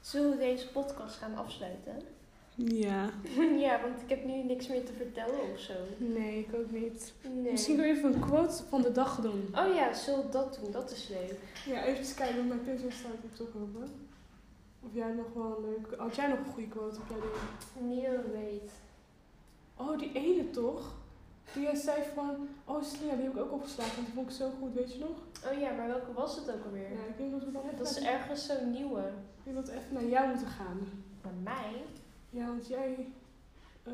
B: Zullen we deze podcast gaan afsluiten?
A: Ja.
B: ja, want ik heb nu niks meer te vertellen of zo.
A: Nee, ik ook niet.
B: Nee.
A: Misschien kun je even een quote van de dag doen.
B: Oh ja, zullen we dat doen? Dat is leuk.
A: Ja, even kijken, want mijn Pinterest staat op toch open. Of jij nog wel een leuke... Had jij nog een goede quote op jij ding?
B: Neil weet.
A: Oh, die ene toch? Die jij zei van... Oh, Slia, die heb ik ook opgeslagen, want die vond ik zo goed, weet je nog?
B: Oh ja, maar welke was het ook alweer?
A: Ja, ik denk dat we dan even,
B: Dat is
A: naar,
B: ergens zo'n nieuwe.
A: ik denk dat we even naar jou moeten gaan.
B: Maar mij?
A: Ja, want jij... eh,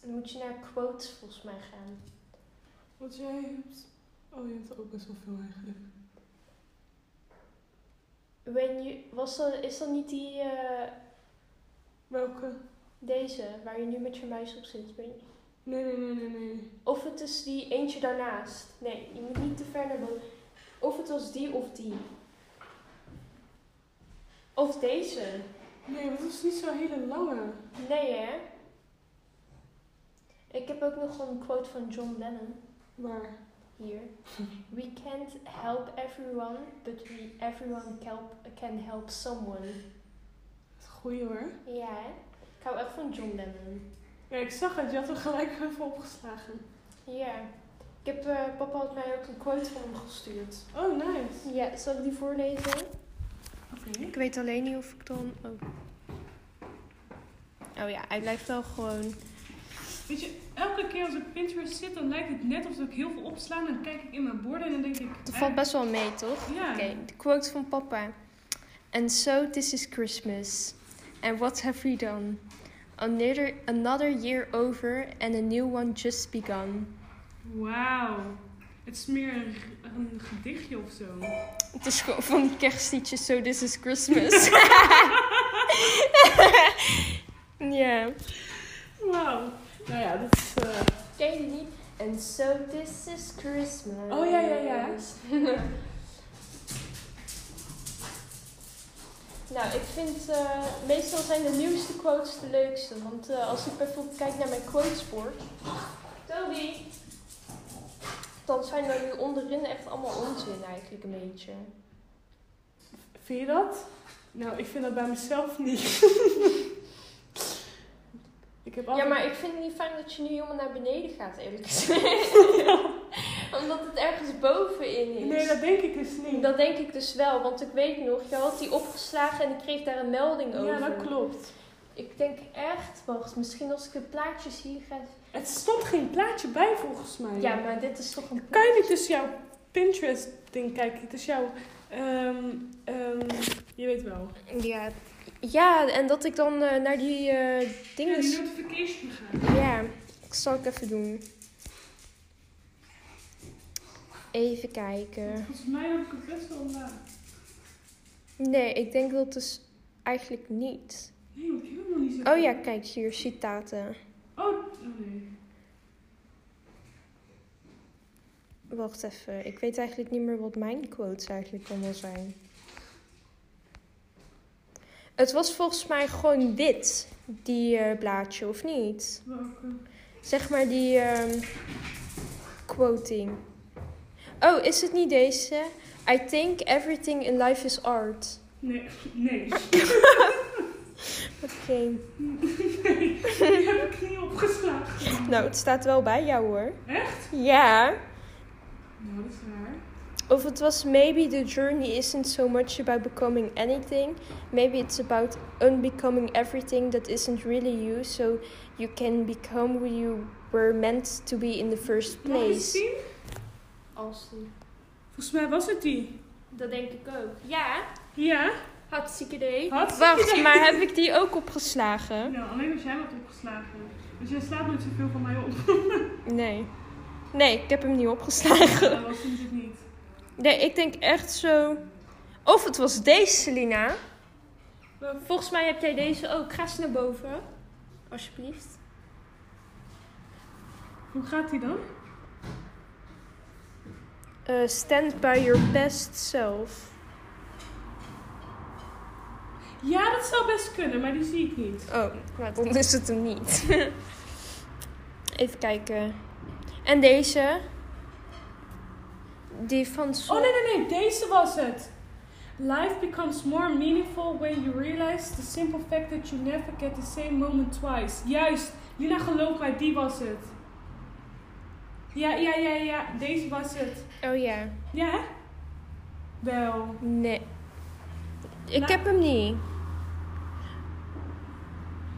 B: Dan moet je naar quotes volgens mij gaan.
A: want jij hebt... Oh, je hebt er ook best wel veel eigenlijk.
B: When you, was dat, is dat niet die, eh,
A: Welke?
B: deze waar je nu met je muis op zit? Ben je-
A: Nee, nee, nee, nee, nee.
B: Of het is die eentje daarnaast. Nee, je moet niet te ver naar boven. Of het was die of die. Of deze.
A: Nee, dat is niet zo'n hele lange.
B: Nee hè? Ik heb ook nog een quote van John Lennon
A: Maar...
B: hier. We can't help everyone, but we everyone help, can help someone.
A: Het is een goeie hoor.
B: Ja hè? Ik hou echt van John Lennon.
A: Ja, ik zag het. Je had er gelijk even opgeslagen.
B: Ja. Ik heb, eh, papa had mij ook een quote van hem gestuurd.
A: Oh, nice.
B: Ja, zal ik die voorlezen?
A: Oké.
B: Ik weet alleen niet of ik dan... Oh. oh ja, hij blijft wel gewoon...
A: Weet je, elke keer als ik Pinterest zit, dan lijkt het net alsof ik heel veel opsla. Dan kijk ik in mijn borden en dan denk ik...
B: Het valt best wel mee, toch?
A: Ja.
B: Oké, de quote van papa. And so this is Christmas. And what have we done? Another, another year over and a new one just begun.
A: Wauw. Het is meer een, een gedichtje of zo.
B: Het is gewoon van die kerstliedjes, so this is Christmas. Ja.
A: Wauw. Nou ja, dat is... eh,
B: Ken je die niet? And so this is Christmas.
A: Oh, ja, ja, ja.
B: nou, ik vind eh, meestal zijn de nieuwste quotes de leukste. Want eh, als ik bijvoorbeeld kijk naar mijn quotesport. Toby! Dan zijn er nu onderin echt allemaal onzin eigenlijk een beetje.
A: Vind je dat? Nou, ik vind dat bij mezelf niet. ik heb
B: Ja,
A: altijd...
B: maar ik vind het niet fijn dat je nu helemaal naar beneden gaat, eerlijk gezegd. Omdat het ergens bovenin is.
A: Nee, dat denk ik dus niet.
B: Dat denk ik dus wel, want ik weet nog, je had die opgeslagen en ik kreeg daar een melding over.
A: ja, dat klopt.
B: Ik denk echt, wacht, misschien als ik de plaatjes hier ga...
A: Het stond geen plaatje bij volgens mij.
B: Ja, maar dit is toch een...
A: Kan je niet tussen jouw Pinterest-ding kijken? Het is jouw... ehm, ehm, je weet wel.
B: Ja, ja en dat ik dan eh, naar die eh dingen...
A: Dus- notification gaan.
B: Ja, dat zal ik even doen. Even kijken.
A: Volgens mij heb ik het best wel laag.
B: Nee, ik denk dat dus eigenlijk niet.
A: Nee, want ik heb helemaal niet zo...
B: Oh ja, kijk hier, citaten.
A: Oh, oh nee.
B: Wacht even, ik weet eigenlijk niet meer wat mijn quotes eigenlijk allemaal zijn. Het was volgens mij gewoon dit, die eh, blaadje, of niet?
A: Welke?
B: Zeg maar die ehm, quoting. Oh, is het niet deze? I think everything in life is art.
A: Nee, nee.
B: Oké.
A: Nee, die heb ik niet opgeslagen.
B: Nou, het staat wel bij jou hoor.
A: Echt?
B: Ja.
A: Nou, dat is raar.
B: Of het was maybe the journey isn't so much about becoming anything. Maybe it's about unbecoming everything that isn't really you, so you can become who you were meant to be in the first
A: Mag je het
B: place.
A: zien?
B: Als die.
A: Volgens mij was het die.
B: Dat denk ik ook. Ja,
A: Ja.
B: hartstikke idee.
A: Hartstikke
B: Wacht,
A: idee.
B: maar heb ik die ook opgeslagen?
A: Nou, alleen als jij wat opgeslagen. Dus jij slaat nooit zoveel van mij op.
B: Nee. Nee, ik heb hem niet opgeslagen.
A: Dat was het natuurlijk niet.
B: Nee, ik denk echt zo. Of het was deze, Selina.
A: Welke?
B: Volgens mij heb jij deze ook. Ga eens naar boven. Alsjeblieft.
A: Hoe gaat die dan?
B: Eh, stand by your best self.
A: Ja, dat zou best kunnen, maar die zie ik niet.
B: Oh, maar dan is het hem niet. Even kijken. En deze. Die van
A: Oh
B: Sol.
A: nee, nee, nee, deze was het. Life becomes more meaningful when you realize the simple fact that you never get the same moment twice. Juist, Lina geloof mij, die was het. Ja, ja, ja, ja, deze was het.
B: Oh ja.
A: Ja? hè? Wel.
B: Nee. Ik
A: Nou.
B: heb hem niet.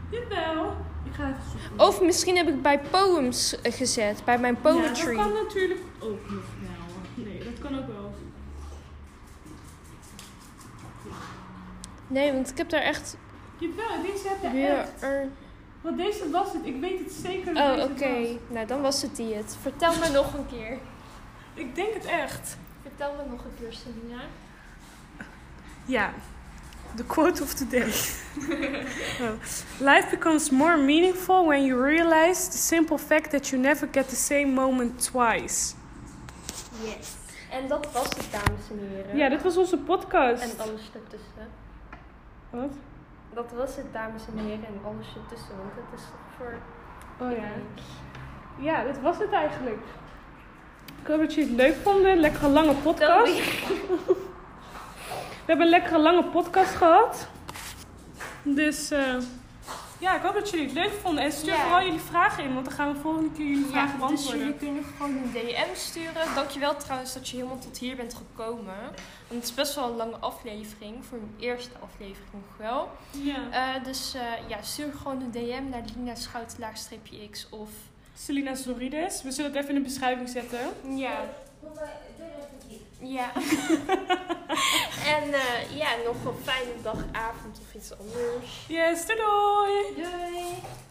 A: Jawel. Ik ga even zoeken.
B: Of misschien heb ik bij poems eh, gezet. Bij mijn poetry.
A: Ja, dat kan natuurlijk ook nog wel. Nee, dat kan ook wel.
B: Nee, want ik heb daar echt
A: Jawel, deze heb je
B: weer...
A: echt.
B: er-
A: Want deze was het. Ik weet het zeker dat
B: Oh,
A: deze
B: oké.
A: het was.
B: Nou, dan was het die het. Vertel me nog een keer.
A: Ik denk het echt.
B: Vertel me nog een keer, Selina.
A: Ja. The quote of the day. Oh. Life becomes more meaningful when you realize the simple fact that you never get the same moment twice.
B: Yes. En dat was het, dames en heren.
A: Ja, dit was onze podcast.
B: En alles ertussen.
A: Wat?
B: Dat was het, dames en heren. En alles ertussen, want het is toch voor...
A: Oh ja.
B: iedereen.
A: Ja, dat was het eigenlijk. Ik hoop dat jullie het leuk vonden. Lekker een lange
B: Dan
A: podcast.
B: weer-
A: We hebben een lekkere lange podcast gehad. Dus eh, ja, ik hoop dat jullie het leuk vonden. En stuur
B: Ja.
A: vooral jullie vragen in, want dan gaan we volgende keer jullie vragen
B: Ja, dus
A: beantwoorden.
B: jullie kunnen gewoon een DM sturen. Dankjewel trouwens dat je helemaal tot hier bent gekomen. Want het is best wel een lange aflevering. Voor een eerste aflevering nog wel.
A: Ja.
B: Eh, dus eh, ja, stuur gewoon een DM naar Lina Schout-X of...
A: Selina Sorides. We zullen het even in de beschrijving zetten.
B: Ja. Ja. en eh, ja, nog een fijne dag, avond of iets anders.
A: Yes, doei doei!
B: Doei!